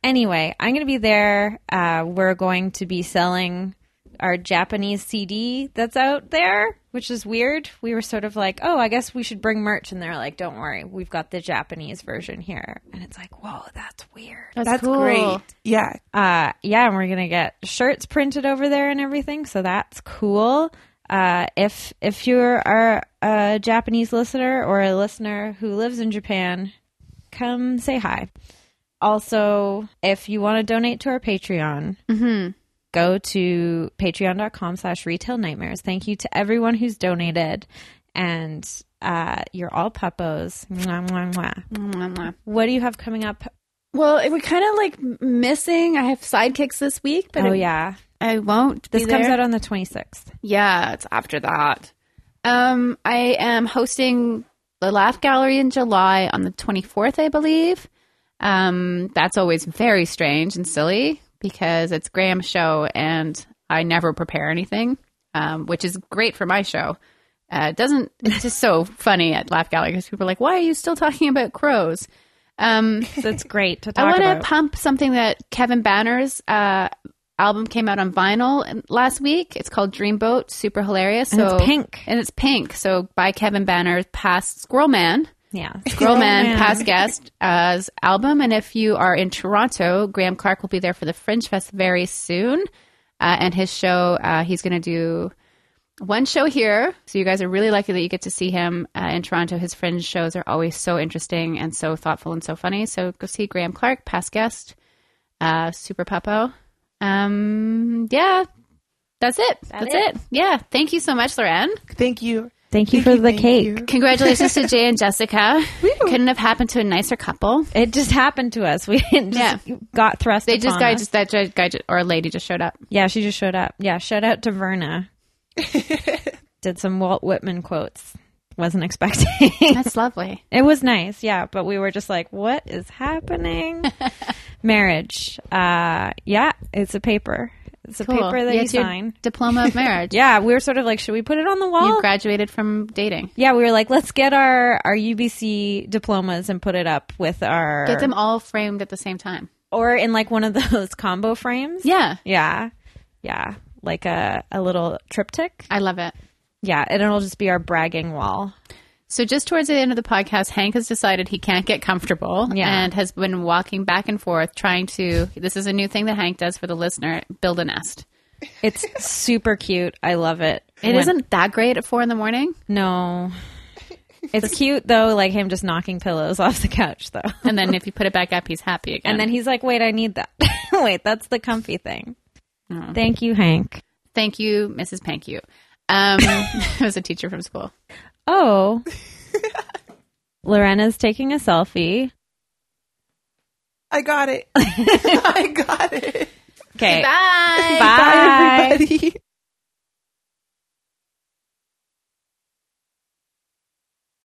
[SPEAKER 1] Anyway, I'm going to be there. Uh, we're going to be selling our Japanese CD that's out there, which is weird. We were sort of like, oh, I guess we should bring merch. And they're like, don't worry, we've got the Japanese version here. And it's like, whoa, that's weird.
[SPEAKER 2] That's,
[SPEAKER 3] That's
[SPEAKER 2] cool.
[SPEAKER 3] great. Yeah.
[SPEAKER 1] Uh, yeah, and we're gonna get shirts printed over there and everything, so that's cool. Uh, if if you're a, a Japanese listener or a listener who lives in Japan, come say hi. Also, if you want to donate to our Patreon,
[SPEAKER 2] Mm-hmm.
[SPEAKER 1] go to patreon.com slash retail nightmares. Thank you to everyone who's donated. And uh, you're all puppos. Mwah, mwah, mwah.
[SPEAKER 2] Mwah, mwah.
[SPEAKER 1] What do you have coming up?
[SPEAKER 8] Well, it- we're kind of like m- missing. I have sidekicks this week, but
[SPEAKER 1] oh,
[SPEAKER 8] it-
[SPEAKER 1] yeah.
[SPEAKER 2] I won't.
[SPEAKER 1] This
[SPEAKER 2] be
[SPEAKER 1] comes
[SPEAKER 2] there.
[SPEAKER 1] out on the 26th.
[SPEAKER 2] Yeah, it's after that. Um, I am hosting the Laugh Gallery in July on the 24th, I believe. Um, that's always very strange and silly because it's Graham's show and I never prepare anything, um, which is great for my show. Uh, it doesn't it's just so funny at Laugh Gallery because people are like, "Why are you still talking about crows?" Um,
[SPEAKER 1] That's great to
[SPEAKER 2] I
[SPEAKER 1] talk
[SPEAKER 2] want to
[SPEAKER 1] about.
[SPEAKER 2] pump something that Kevin Banner's uh, album came out on vinyl in- last week. It's called Dreamboat, super hilarious.
[SPEAKER 1] And
[SPEAKER 2] So
[SPEAKER 1] it's pink.
[SPEAKER 2] and it's pink. So by Kevin Banner, past Squirrel Man.
[SPEAKER 1] yeah,
[SPEAKER 2] Squirrel Man, past guest, as album. And if you are in Toronto, Graham Clark will be there for the Fringe Fest very soon. Uh, and his show, uh, he's going to do one show here. So you guys are really lucky that you get to see him uh, in Toronto. His Fringe shows are always so interesting and so thoughtful and so funny. So go see Graham Clark, past guest, uh, Super Puppo. Um, yeah. That's it. That's it. Yeah. Thank you so much, Lorraine.
[SPEAKER 3] Thank you.
[SPEAKER 1] Thank you for the cake.
[SPEAKER 2] Congratulations to Jay and Jessica. Couldn't have happened to a nicer couple.
[SPEAKER 1] It just happened to us. We just
[SPEAKER 2] Yeah.
[SPEAKER 1] got thrust.
[SPEAKER 2] They just
[SPEAKER 1] upon
[SPEAKER 2] guy
[SPEAKER 1] us.
[SPEAKER 2] just that ju- guy ju- or lady just showed up.
[SPEAKER 1] Yeah, she just showed up. Yeah, shout out to Verna. Did some Walt Whitman quotes. Wasn't expecting.
[SPEAKER 2] That's lovely.
[SPEAKER 1] it was nice, yeah, but we were just like, what is happening? Marriage. Uh, yeah, it's a paper. It's a paper that
[SPEAKER 2] Yeah,
[SPEAKER 1] you
[SPEAKER 2] it's your
[SPEAKER 1] sign.
[SPEAKER 2] diploma of marriage.
[SPEAKER 1] Yeah, we were sort of like, should we put it on the wall?
[SPEAKER 2] you graduated from dating.
[SPEAKER 1] yeah, we were like, let's get our our UBC diplomas and put it up with our
[SPEAKER 2] Get them all framed at the same time.
[SPEAKER 1] or in like one of those combo frames.
[SPEAKER 2] Yeah,
[SPEAKER 1] Yeah. Yeah. Like a, a little triptych.
[SPEAKER 2] I love it.
[SPEAKER 1] Yeah, and it'll just be our bragging wall.
[SPEAKER 2] So just towards the end of the podcast, Hank has decided he can't get comfortable
[SPEAKER 1] Yeah.
[SPEAKER 2] and has been walking back and forth trying to. This is a new thing that Hank does for the listener: build a nest.
[SPEAKER 1] It's super cute. I love it.
[SPEAKER 2] It not that great at four in the morning,
[SPEAKER 1] No. It's cute though, like him just knocking pillows off the couch though.
[SPEAKER 2] and then if you put it back up, he's happy again.
[SPEAKER 1] And then he's like, wait, I need that. wait, that's the comfy thing. Thank you, Hank.
[SPEAKER 2] thank you, Mrs. Pank. You, um, I was a teacher from school.
[SPEAKER 1] Oh. Lorena's taking a selfie.
[SPEAKER 3] I got it. I got it.
[SPEAKER 1] Okay.
[SPEAKER 2] Bye.
[SPEAKER 1] Bye.
[SPEAKER 3] Everybody.